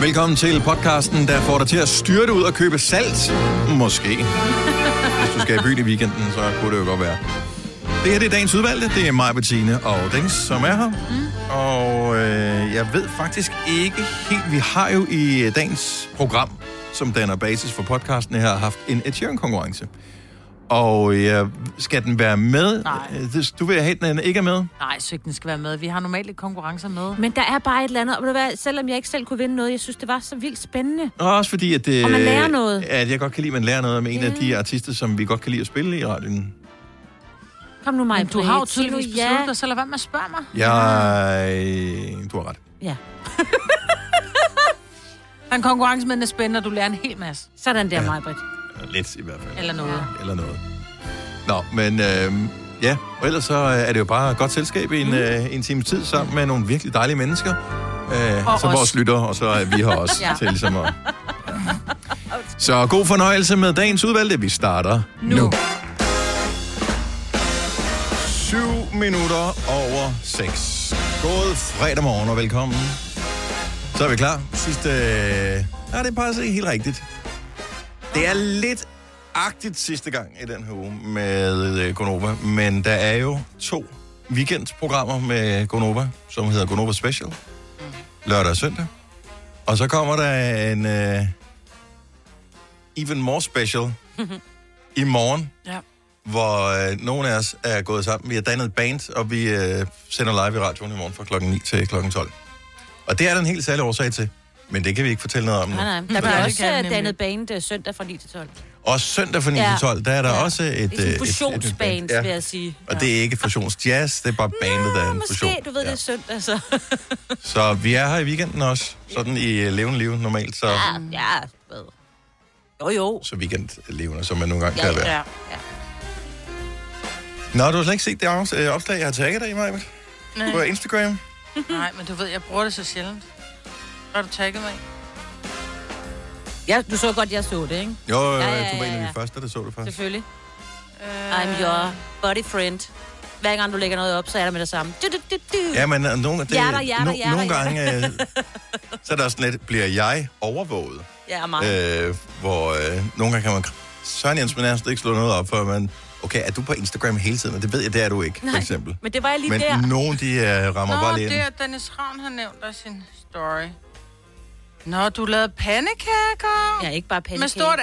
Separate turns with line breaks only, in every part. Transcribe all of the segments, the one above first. Velkommen til podcasten, der får dig til at styrte ud og købe salt. Måske. Hvis du skal i byen i weekenden, så kunne det jo godt være. Det her det er dagens udvalgte. Det er mig, Bettine og Dennis, som er her. Mm. Og øh, jeg ved faktisk ikke helt... Vi har jo i øh, dagens program, som danner basis for podcasten her, haft en Ed Sheeran-konkurrence. Og jeg, skal den være med?
Nej.
Øh, det- Du vil have, at den ikke er med?
Nej, så ikke den skal være med. Vi har normalt ikke konkurrencer med.
Men der er bare et eller andet, og ved du hvad, selvom jeg ikke selv kunne vinde noget, jeg synes, det var så vildt spændende.
Og også fordi, at, det,
Og man lærer noget.
at jeg godt kan lide, at man lærer noget om en af de artister, som vi godt kan lide at spille i radioen.
Kom nu, mig.
Men du har jo tydeligvis besluttet dig, så lad være med at spørge mig.
Jeg... Du har ret.
Ja,
Der er en konkurrence, men den er spændende, og du lærer en hel masse.
sådan der,
Ja.
ja. mig, Britt.
Lidt i hvert fald.
Eller noget.
Eller noget. Nå, men øh, ja, og ellers så øh, er det jo bare et godt selskab i en, mm. øh, en times tid sammen med nogle virkelig dejlige mennesker. Øh,
Og
som
os.
vores lytter, og så er vi her også ja.
Ja.
til ligesom at... Så god fornøjelse med dagens udvalgte. Vi starter nu. nu. 7 minutter over 6. God fredag morgen og velkommen. Så er vi klar. Sidste... Øh... Nej, det passer ikke helt rigtigt. Det er lidt agtigt sidste gang i den her uge med øh, Gonova, men der er jo to weekendprogrammer med Gonova, som hedder Gonova Special, lørdag og søndag. Og så kommer der en øh... Even More Special i morgen,
Ja.
hvor øh, nogle af os er gået sammen. Vi har dannet et band, og vi øh, sender live i radioen i morgen fra klokken 9 til klokken 12. Og det er der en helt særlig årsag til, men det kan vi ikke fortælle noget om nu.
Nej,
Mm.
nej. Der
Så
bliver
det-
også
kan
øh,
jeg nemlig.
dannet bane øh, søndag fra 9 til 12.
Og søndag fra 9
Ja.
til 12, der er der
Ja.
også et...
Det er sådan
øh,
en
et-
fusionsbane,
et- et-
vil jeg sige.
Og det er ikke fusionsjazz, det er bare bandet, der er
Ja,
en fusion.
måske, du ved, det er søndag, så.
Så vi er her i weekenden også, sådan i øh, levende liv normalt, så,
Ja, ja, du ved. Jo, jo.
så weekendlevende, som man nogle gange kan være.
ja.
Nå, du har slet ikke set det afs- øh, opslag, jeg har tagget dig i mig, på Instagram.
Nej, men du ved, jeg bruger det så sjældent. Har du tagget mig?
Ja, du så godt, jeg så det, ikke?
Jo, jo, jo,
Ja, ja,
jeg tror, det var en
ja,
af de
ja.
første, der så det først.
Selvfølgelig. I'm your buddy friend. Hver gang du lægger noget op, så er der med det samme. Du, du, du, du.
Ja, men øh, nogle, det,
Hjerter, hjerter,
no,
hjerter,
nogle gange, øh, så er der sådan lidt, bliver jeg overvåget?
ja meget.
Øh, hvor øh, nogle gange kan man... Søren Jens, man nærmest ikke slå noget op, for man... Okay, er du på Instagram hele tiden? Og det ved jeg, det er du ikke, for eksempel.
Men det var jeg lige
Men
der.
nogen, de uh, rammer bare
Nå,
lige ind.
det er Dennis Ravn har nævnt af sin story. Nå, du lavede pandekager.
Ja, ikke bare
Med
pandekage.
stort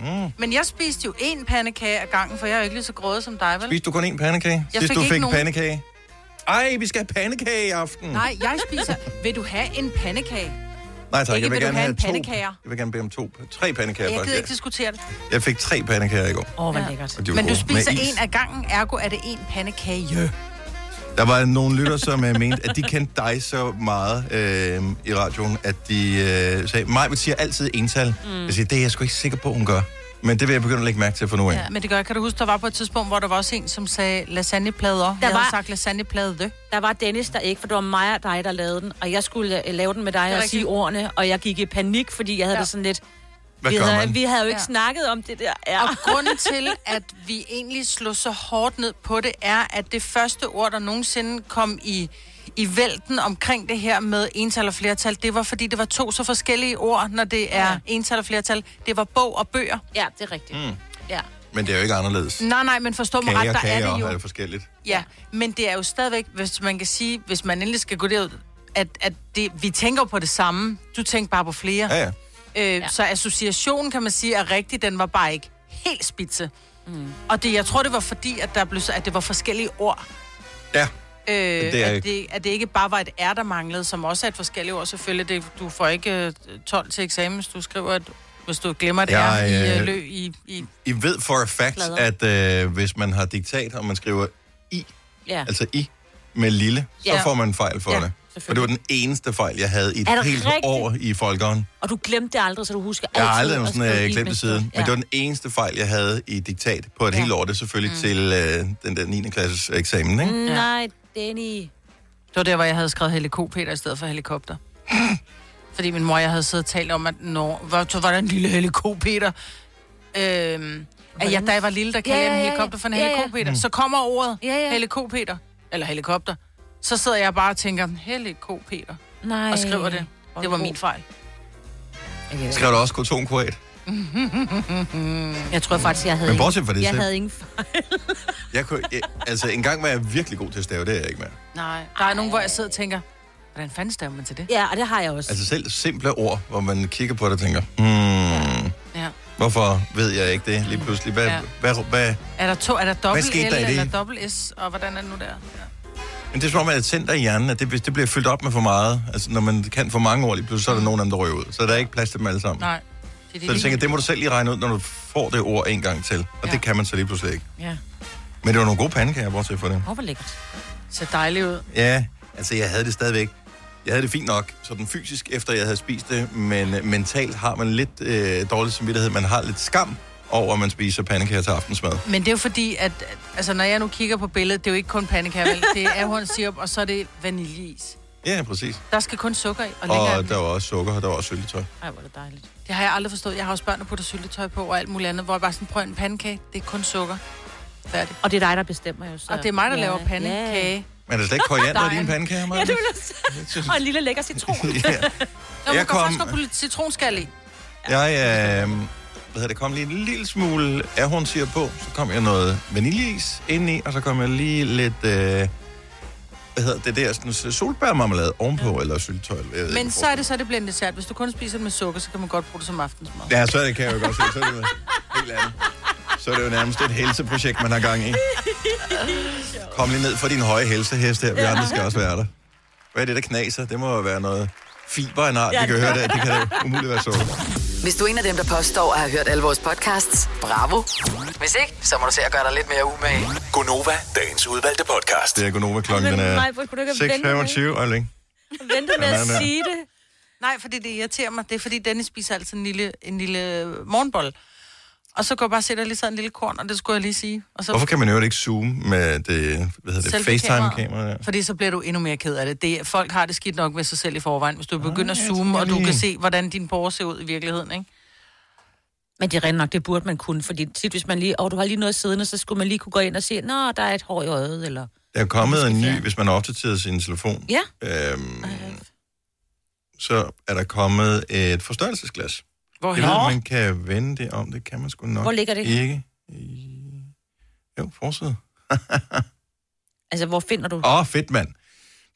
R.
Mm.
Men jeg spiste jo én pandekage ad gangen, for jeg er jo ikke lige så grødet som dig, vel?
Spiste du kun én pandekage?
Jeg
Sidst
fik
du
ikke
fik en
nogen.
pandekage? Ej, vi skal have pandekage i aften.
Nej, jeg spiser... Vil du have en pandekage?
Nej tak,
ikke
jeg vil
vil du
gerne
have
have
en
to.
pandekager.
Jeg vil gerne bede om to. Tre pandekager,
Jeg gider ikke
faktisk.
diskutere det.
Jeg fik tre pandekager i går.
Åh, oh, hvor
Ja.
lækkert.
Og de var
Men du
gode. Med
spiser
is.
en af gangen, ergo er det en pandekage. Yeah.
Der var nogle lytter, som uh, mente, at de kendte dig så meget øh, i radioen, at de øh, sagde, mig siger altid ental. Mm. Jeg siger, det er jeg sgu ikke sikker på, hun gør. Men det vil jeg begynde at lægge mærke til for nu af.
Ja, men det gør jeg. Kan du huske, der var på et tidspunkt, hvor der var også en, som sagde lasagneplader. Der jeg var... havde
var-
sagt lasagneplade.
Der var Dennis der ikke, for det var mig og dig, der lavede den. Og jeg skulle øh, lave den med dig og
rigtigt.
sige ordene, og jeg gik i panik, fordi jeg havde
Ja.
ja. det sådan lidt...
Hvad
vi,
gør
havde,
man?
vi havde jo ikke
Ja.
ja. snakket om det der. Ja.
Og grunden til, at vi egentlig slog så hårdt ned på det, er, at det første ord, der nogensinde kom i, i vælten omkring det her med ental og flertal, det var, fordi det var to så forskellige ord, når det er ja.
Ja.
ental og flertal. Det var bog og bøger.
ja, det er rigtigt. Mm. Ja.
Men det er jo ikke anderledes.
Nej, nej, men forstå mig
Kager
ret,
og
der
kager
er det jo.
er forskelligt.
Ja, men det er jo stadigvæk, hvis man kan sige, hvis man endelig skal gå derud, at, at det, vi tænker på det samme. Du tænker bare på flere.
Ja, ja.
Øh, ja. Så associationen, kan man sige, er rigtig. Den var bare ikke helt spidse. Mm. Og det, jeg tror, det var fordi, at, der blev, så- at det var forskellige ord.
Ja,
Øh, det
er
at,
ikke-
det, at det ikke bare var et R, der manglede, som også er et forskelligt ord selvfølgelig. Det, du får ikke øh, 12 til eksamen, hvis du skriver, at, hvis du glemmer det
Jeg,
R i
øh,
øh, lø i... i
I ved for a fact,
Plader.
at øh, hvis man har diktat, og man skriver i,
ja.
altså i, med lille, så
Ja.
får man fejl for
Ja,
det. Og det var den eneste fejl, jeg havde i et
Er det
helt
rigtigt?
år i folkeren.
Og du glemte det aldrig, så du husker
Jeg har
altid
aldrig
at
sådan,
skrive
øh,
i
glemt
med
det siden.
stort.
Men det var den eneste fejl, jeg havde i diktat på et
Ja.
helt år. Det er selvfølgelig mm. til øh, den der 9. klasses eksamen,
Mm.
ikke?
Nej, Danny.
Det var der, hvor jeg havde skrevet helikopter i stedet for helikopter. Fordi min mor, jeg havde siddet og talt om, at når, hvor, så var der en lille helikopter. Øhm, at jeg, da jeg var lille, der kaldte
Ja,
ja,
ja,
en
ja,
helikopter for en
ja. Ja, ja.
helikopter. Så kommer ordet
Ja, ja.
helikopter, eller helikopter. Så sidder jeg bare og tænker, helikopter,
Nej.
og skriver det. Det var min fejl.
Skrev du også kotonkurat?
Jeg tror faktisk, jeg havde
Men
ingen-
bortset fra det,
Jeg
så-
havde ingen fejl.
Jeg kunne, jeg, altså, engang var jeg virkelig god til at stave, det er jeg ikke mere.
Nej, der er nogen, hvor jeg sidder og tænker, hvordan fanden stemmer man til det?
Ja, og det har jeg også.
Altså selv simple ord, hvor man kigger på det og tænker, hmm,
Ja.
hvorfor ved jeg ikke det lige pludselig? Hvad,
Ja.
ja. hvad, hvad?
Er der to, er der dobbelt L
skete der i det?
eller dobbelt S, og hvordan er det nu der?
Men det er som om, at et center i hjernen, at det, det bliver fyldt op med for meget. Altså når man kan for mange ord lige pludselig, så er der nogen af dem, der ryger ud. Så der er ikke plads til dem alle sammen.
Nej.
Så jeg tænker, det må du selv lige regne ud, når du får det ord en gang til. Og
Ja.
ja. det kan man så lige pludselig ikke.
Ja.
Men det var nogle gode pandekager, bortset for det.
Åh, hvor lækkert.
Ser dejligt ud.
Ja, altså jeg havde det stadigvæk. Jeg havde det fint nok, sådan fysisk, efter jeg havde spist det, men øh, mentalt har man lidt øh, dårlig samvittighed. Man har lidt skam over, at man spiser pandekager til aftensmad.
Men det er jo fordi, at at- altså, når jeg nu kigger på billedet, det er jo ikke kun pandekager, vel? Det er ahornsirup, og så er det vaniljeis.
Ja, præcis.
Der skal kun sukker i, og længere.
Og der var også sukker, og der var også syltetøj.
Ej, hvor er det dejligt.
Det har jeg aldrig forstået. Jeg har også børn, der putter syltetøj på og alt muligt andet, hvor jeg bare sådan, prøv en pandekage, det er kun sukker. Færdig.
Og det er dig, der bestemmer jo så.
Og det er mig, der ja, laver
Ja.
pandekage.
Men altså- er der slet ikke koriander i dine
Nej.
pandekager,
Ja,
Maja?
det vil jeg sige. Og en lille lækker citron.
ja.
Ja. Jeg
Jeg
kan
kom-
faktisk godt putte lidt citronskal i.
Jeg, øh, hvad hedder det, kom lige en lille smule ahornsirup på, så kom jeg noget vaniljeis indeni, og så kom jeg lige lidt, øh, hvad hedder det der, sådan solbærmarmelade ovenpå, ja. eller syltetøj. eller jeg ved
Men
ikke,
så er det så, det bliver en dessert. Hvis du kun spiser det med sukker, så kan man godt bruge det som aftensmad.
Ja, så det kan jeg jo godt se. Så er det jo helt andet. Så er det jo nærmest et helseprojekt, man har gang i. Kom lige ned for din høje helsehest her. Vi andre skal også være der. Hvad er det, der knaser? Det må jo være noget fiber af en art. Vi kan høre det. Det kan da umuligt være sukker.
Hvis du er en af dem, der påstår at have hørt alle vores podcasts, bravo. Hvis ikke, så må du se at gøre dig lidt mere umage.
Gonova, dagens udvalgte podcast.
Det er Gonova klokken. øh, Den
Men
er
nej, hvor skulle du ikke have ventet
6.25. Øjeblik.
Vente med
Ja,
at
den er.
sige det.
Nej, fordi det irriterer mig. Det er fordi, Dennis spiser altid en lille, en lille øh, morgenbold. Og så går jeg bare og sætter lige sådan en lille korn, og det skulle jeg lige sige. Og så
Hvorfor kan man jo ikke zoome med det, hvad hedder det,
Selfie-kamera.
FaceTime-kamera? der?
Fordi så bliver du endnu mere ked af det. det. er- Folk har det skidt nok med sig selv i forvejen, hvis du begynder at zoome,
jeg
og du
lige-
kan se, hvordan din borger ser ud i virkeligheden, ikke?
Men det er rent nok, det burde man kunne, fordi tit hvis man lige, og du har lige noget siddende, så skulle man lige kunne gå ind og se, nå, der er et hår i øjet, eller...
Der er kommet en ny,
fjerne.
hvis man har opdateret sin telefon.
Ja.
Øhm, så er der kommet et forstørrelsesglas.
Hvor
Jeg ved, at man kan vende det om. Det kan man sgu nok
Hvor ligger det?
Ikke. I- Jo, forsiden.
Altså, hvor finder du?
Åh, oh, fedt mand.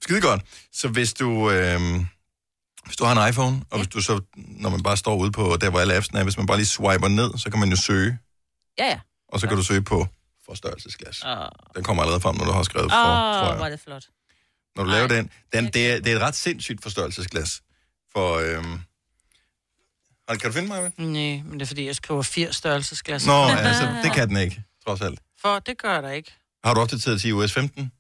Skide godt. Så hvis du, øh, hvis du har en iPhone, og hvis du så, når man bare står ude på der, hvor alle appsene er, hvis man bare lige swiper ned, så kan man jo søge,
Ja, ja. Ah.
og så kan du søge på forstørrelsesglas.
Åh,
Den kommer allerede frem, når du har skrevet for, tror
oh, hvor er
jeg.
det flot.
Når du laver den. den det, er, det er et ret sindssygt forstørrelsesglas. For, øh, kan du finde mig med?
Nej, men det er fordi, jeg skriver fire størrelsesglas.
Nå, altså, det kan den ikke, trods alt.
For det gør der ikke.
Har du opdateret til iOS 15?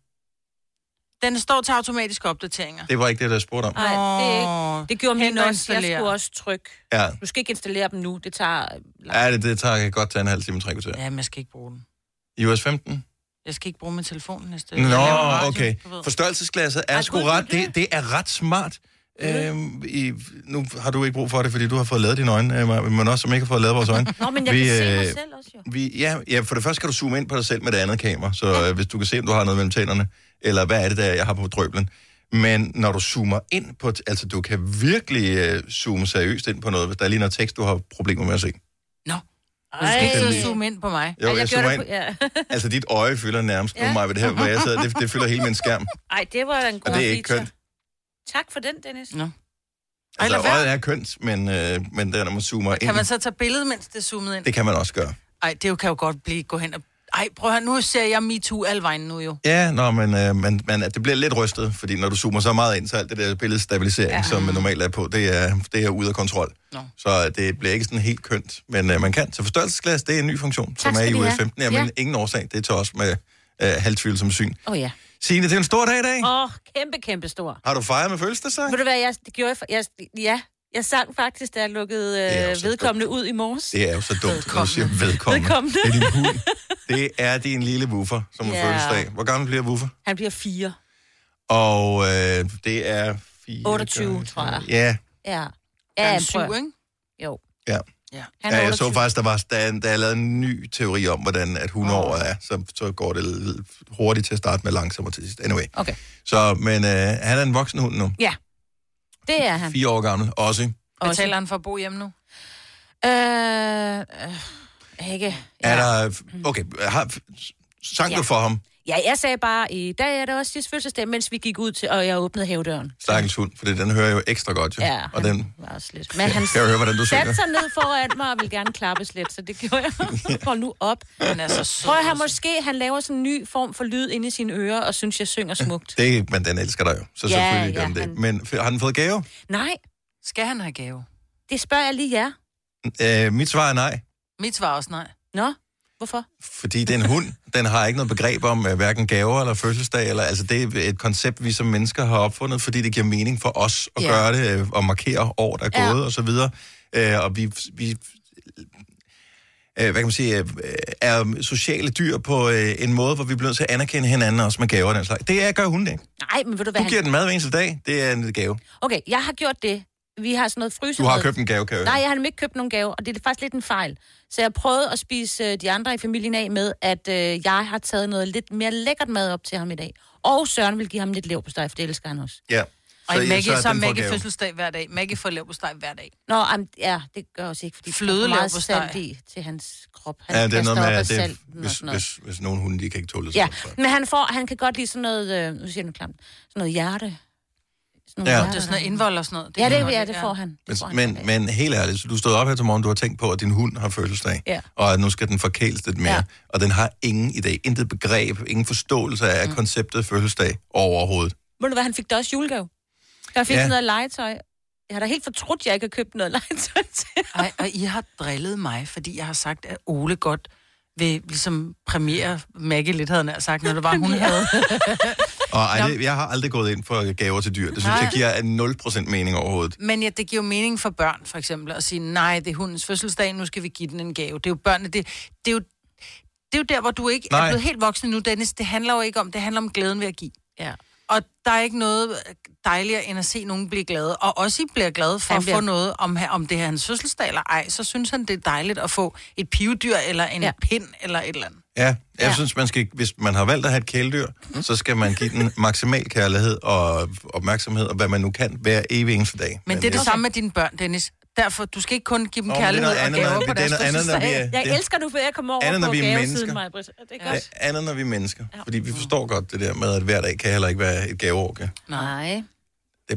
Den står til automatiske opdateringer.
Det var ikke det, der spurgte om.
Nej, det er ikke...
Åh,
Det gjorde
Hent
min
og
også. Jeg
installere.
skulle også trykke.
Ja,
Du skal ikke installere dem nu. Det tager... øh, lang-
ja det, det tager godt til en halv time, tre kvarter.
Ja, men jeg skal ikke bruge den.
iOS 15?
Jeg skal ikke bruge min telefon næste. Jeg
Nå,
laver radio,
okay.
du ved.
Forstørrelsesglasset er
Ej,
sgu
gud,
ret,
det er
det, det er ret smart. Øhm, i, nu har du ikke brug for det, fordi du har fået lavet dine øjne, øh, Maja, men også som ikke har fået lavet vores øjne.
Nå, men jeg kan se mig
øh,
selv også, jo.
Vi, ja, ja, for det første kan du zoome ind på dig selv med det andet kamera, så ja. hvis du kan se, om du har noget mellem tænderne, eller hvad er det, der jeg har på drøblen. Men når du zoomer ind på, t- altså du kan virkelig øh, zoome seriøst ind på noget, hvis der er lige noget tekst, du har problemer med at se.
Nå. Du skal ikke
Ej.
sidde og zoome ind på mig.
Jo,
Ej, gjorde
jeg zoomer
det
ind.
på- ja.
Altså dit øje fylder nærmest ja. nu
Ja.
mig ved det her, hvor jeg sidder, det, det fylder hele min skærm,
Ej, det var en
og
god
det er ikke
feature.
kønt.
Tak for den, Dennis.
Nå. Ej,
Altså,
lad være.
øjet er kønt, men, øh, men der, når man zoomer ind,
Kan man så tage billedet, mens det er zoomet ind?
det kan man også gøre.
Ej, det kan jo godt blive gå hen og... Ej, prøv at høre, nu ser jeg MeToo alle vejen nu jo.
Ja, nå, men, øh, men, men det bliver lidt rystet, fordi når du zoomer så meget ind, så alt det der billedstabilisering, ja. som man normalt er på, det er, det er ude af kontrol.
Nå.
Så øh, det bliver ikke sådan helt kønt, men øh, man kan. Så forstørrelsesglas, det er en ny funktion, som er
skal
i
de
US
have.
15. Jamen,
Ja.
ingen årsag, det er til os med øh, halvtvivl som syn.
Åh, oh, ja.
Signe, det er en stor dag i dag.
Åh, oh, kæmpe, kæmpe stor.
Har du fejret med fødselsdag?
Ved du hvad, jeg det gjorde... Jeg, for- jeg, ja, jeg sang faktisk, da jeg lukkede
er
øh,
også
vedkommende ud i morges.
Det er jo så dumt, når du siger vedkommende.
Vedkommende.
Det er din hund. Det er din lille woofer, som har
Ja.
fødselsdag. Hvor gammel bliver woofer?
Han bliver fire.
Og øh, det er... 4,
28, tror jeg.
Ja,
Ja.
Ja,
Ja,
en syv,
prøv.
ikke?
Jo.
ja.
Ja.
Han er
ja jeg
28.
så faktisk, der var der, er- der er lavet en ny teori om, hvordan at 100 år er. Så, så går det lidt hurtigt til at starte med, langsommere til sidst. Anyway.
Okay.
Så, men øh, han er en voksen hund nu.
Ja. Det er han.
Fire år gammel. Også.
Betaler han for at bo hjemme nu?
Øh, øh, ikke.
Ja. Er der... Okay, har, sang du
Ja.
for ham,
Ja, jeg sagde bare, i dag er det også sidste fødselsdag, mens vi gik ud til, og jeg åbnede havedøren.
stakkels hund? Fordi den hører jo ekstra godt, jo.
Ja,
og
han
den...
var også lidt. Men han
Kan jeg høre, hvordan du synger?
satte sig ned foran mig og ville gerne klappes lidt, så det gjorde jeg. Hold nu op.
Han er så sød.
Prøv at han
altså.
måske han laver sådan en ny form for lyd inde i sine ører, og synes, jeg synger smukt.
Det, men den elsker dig jo, så
Ja,
selvfølgelig gør
ja,
den det.
han-
Men f- har den fået gave?
Nej,
Skal han have gave?
det spørger jeg lige jer.
Øh, mit svar er nej,
Mit svar er også nej.
Nå, hvorfor?
fordi det er en hund. Den har ikke noget begreb om øh, hverken gaver eller fødselsdag. Eller, altså, det er et koncept, vi som mennesker har opfundet, fordi det giver mening for os at
Ja.
gøre det øh, og markere år, der er
Ja.
gået og så videre. Øh, og vi, vi øh, hvad kan man sige, øh, er sociale dyr på øh, en måde, hvor vi bliver nødt til at anerkende hinanden også med gaver og den slags. Det er, gør hunden det.
Nej, men ved du hvad?
Du
han-
giver den mad hver eneste dag, det er en gave.
Okay, jeg har gjort det. Vi har sådan noget
Du
fryser.
har købt en gave, kan jeg høre.
Nej, jeg har nemlig ikke købt nogen gave, og det er faktisk lidt en fejl. Så jeg prøvede at spise øh, de andre i familien af med, at øh, jeg har taget noget lidt mere lækkert mad op til ham i dag. Og Søren vil give ham lidt lev på steg, for det elsker han også.
Ja.
Og så,
ja,
Maggie, så,
er
så er
den for
Maggie
gave.
fødselsdag hver dag. Maggie får leverpostej hver dag.
Nå, am, ja, det gør også ikke, fordi det er for meget
Flødeleverpostej.
salt i til hans krop. Han
Ja, det er
kaster
noget med,
op af
at det,
salten og
hvis,
sådan noget.
hvis, hvis nogen hunde, de kan ikke tåle det.
Ja,
så-
men han, får, han kan godt lide sådan noget, øh, nu siger jeg noget klamt, sådan noget hjerte. Sådan
Ja.
Det er sådan noget indvold og sådan noget.
Ja,
kan
det,
jeg
ja,
godt
det
lide,
får han. Det får
Men,
han
men, men helt ærligt, så du stod op her til morgen, du har tænkt på, at din hund har fødselsdag,
Ja.
og at nu skal den forkæles lidt mere, ja.
Ja.
og den har ingen idé, intet begreb, ingen forståelse af mm. konceptet fødselsdag overhovedet.
Må du hvad, han fik da også julegave. Jeg fik
Ja.
ja. sådan noget legetøj. Jeg har da helt fortrudt, at jeg ikke har købt noget legetøj til.
Ej, og I har drillet mig, fordi jeg har sagt, at Ole godt vil ligesom premiere Maggie lidt, havde jeg nær sagt, når det var, hun havde.
Og ej, det, jeg har aldrig gået ind for gaver til dyr. Det synes jeg giver 0% mening overhovedet.
Men ja, det giver jo mening for børn, for eksempel, at sige, nej, det er hundens fødselsdag, nu skal vi give den en gave. Det er jo børnene, det, det er jo det er jo der, hvor du ikke
Nej.
er blevet helt voksen nu, Dennis. Det handler jo ikke om, det handler om glæden ved at give.
Ja.
Og der er ikke noget dejligere, end at se nogen blive glade. Og også I bliver glade for
Han
at få
bliver-
noget, om, ha- om det er hans fødselsdag eller ej. Så synes han, det er dejligt at få et pivdyr, eller en ja.
Ja.
pind, eller et eller andet.
Ja, jeg ja.
Ja.
synes, man skal, hvis man har valgt at have et kæledyr, mm. så skal man give den maksimal kærlighed og opmærksomhed, og hvad man nu kan, hver evig eneste dag.
Men det er det
jeg-
samme med dine børn, Dennis. Derfor, du skal ikke kun give dem
Nå, men det er
kærlighed
noget
og
andet, når-
gaver
det
på
er
deres
noget andet, når
fødselsdag.
vi er-
Jeg
det-
elsker nu, for jeg kommer over
Andet, når
på
vi er
gavesiden,
mennesker.
mig, Britt. Det er
Ja,
godt.
andet, når vi er mennesker. Fordi vi forstår godt det der med, at hver dag kan heller ikke være et gaveår. kan?
Nej.
Det er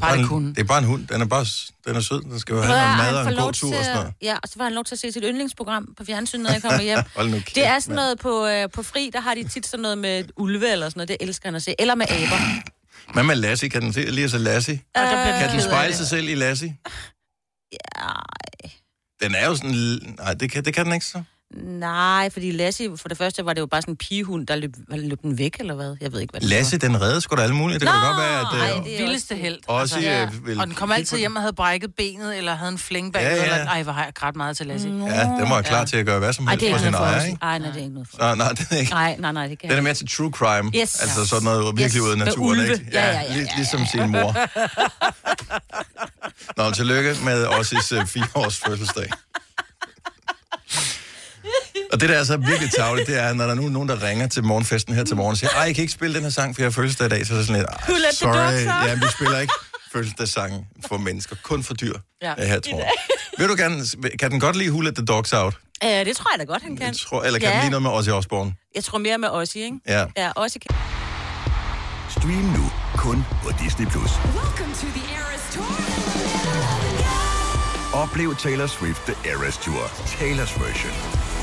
Bare
bare,
det
en,
kunne.
det er bare en hund. Den er, bare, s- den er sød. Den skal jo
Prøv
have
at
noget
høre,
mad og
han
en
får
god
lov
tur
til
og sådan
at-
noget.
Ja, og så får han lov til at se sit yndlingsprogram på fjernsynet, når jeg kommer hjem.
Hold nu kæft,
det er sådan
mand.
noget på, øh, på fri, der har de tit sådan noget med ulve eller sådan noget. Det elsker han at se. Eller med aber.
Hvad med Lassie? Kan den se, lige så
Øh,
Lassie?
Og der bliver
Kan den
ked af
spejle
det.
sig selv i Lassie?
Ja,
Den er jo sådan... l- Nej, det kan, det kan den ikke så.
nej, fordi Lassie, for det første var det jo bare sådan en pigehund, der løb, hvad, løb den væk, eller hvad? Jeg ved ikke, hvad det
Lassie, den redder sgu da alle mulige. Det kan da
Nå,
godt være, at...
ej,
øh,
det er
Vildeste
også-
held.
Også
altså, ja.
øh, vil
Og den kom
kigge
altid
på-
hjem og havde brækket benet, eller havde en flænge bag,
Ja,
ja,
ja.
ja. eller ej, hvor har jeg ret meget til Lasse. Mm.
Ja, den var klar til at gøre hvad som
Ej,
helst
det er
for
ikke
sin
noget for
ejer,
os.
ikke?
Ej, nej, det er ikke noget for os.
Så, nej, den er ikke...
Nej, nej, nej, det kan
Den
jeg
er
ikke.
mere til true crime.
Yes.
Altså sådan noget virkelig
Yes.
yes. ude af
Med
naturen,
ulve.
ikke?
Ja, ja, ja,
lig- Ligesom sin mor. Nå, tillykke med Ossis uh, fireårs fødselsdag. Og det, der er så virkelig tavligt, det er, når der nu er nogen, der ringer til morgenfesten her til morgen og siger, ej, jeg kan ikke spille den her sang, for jeg har fødselsdag i dag, så er det sådan lidt,
Who
ej,
let the dogs
sorry,
out?
ja, vi spiller ikke fødselsdagssangen for mennesker, kun for dyr ja.
Ja.
her til morgen. Vil du gerne, kan den godt lide Who Let The Dogs Out?
Øh, det tror jeg da godt, han kan.
Jeg tror, eller kan
Ja.
den lide noget med Ozzy Osbourne?
Jeg tror mere med Ossie, ikke?
Ja.
Ja, Ossie kan.
Stream nu kun på Disney+. Plus.
Welcome to the Eras Tour.
Oplev Taylor Swift The Eras Tour, Taylor's version.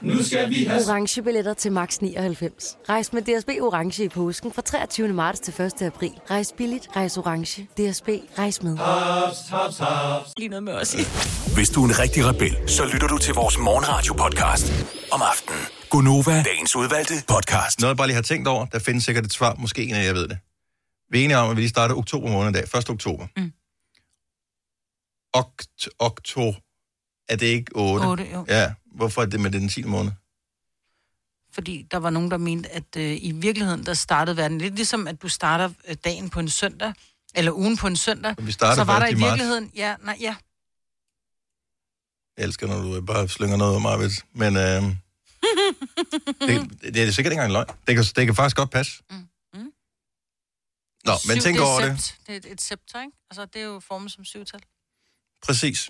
Nu skal vi have...
orange billetter til max 99. Rejs med DSB orange i påsken fra 23. marts til 1. april. Rejs billigt, rejs orange. DSB rejs med.
Haps, haps, haps.
Lige noget med os.
Hvis du er en rigtig rebel, så lytter du til vores morgenradio-podcast om aftenen. Gunova, dagens udvalgte podcast.
Noget, jeg bare lige har tænkt over, der findes sikkert et svar, måske en af jer ved det. Vi er enige om, at vi lige starter oktober måned i dag, 1. oktober. Mm. Okt, okto, er det ikke 8?
Otte, jo.
Ja, hvorfor er det med den 10. måned?
Fordi der var nogen, der mente, at øh, i virkeligheden, der startede verden lidt ligesom, at du starter øh, dagen på en søndag, eller ugen på en søndag.
Vi starter
så var der i
først i marts.
virkeligheden, ja, nej, ja,
Jeg elsker, når du øh, bare slynger noget om arbejdet. Men øh, det, det, er sikkert ikke engang en løgn. Det kan, det kan faktisk godt passe. Mm. Nå, men
Syv,
tænk
det er
over
sept.
det.
Det er et- et septer, ikke? Altså, det er jo formet som syvtal.
Præcis.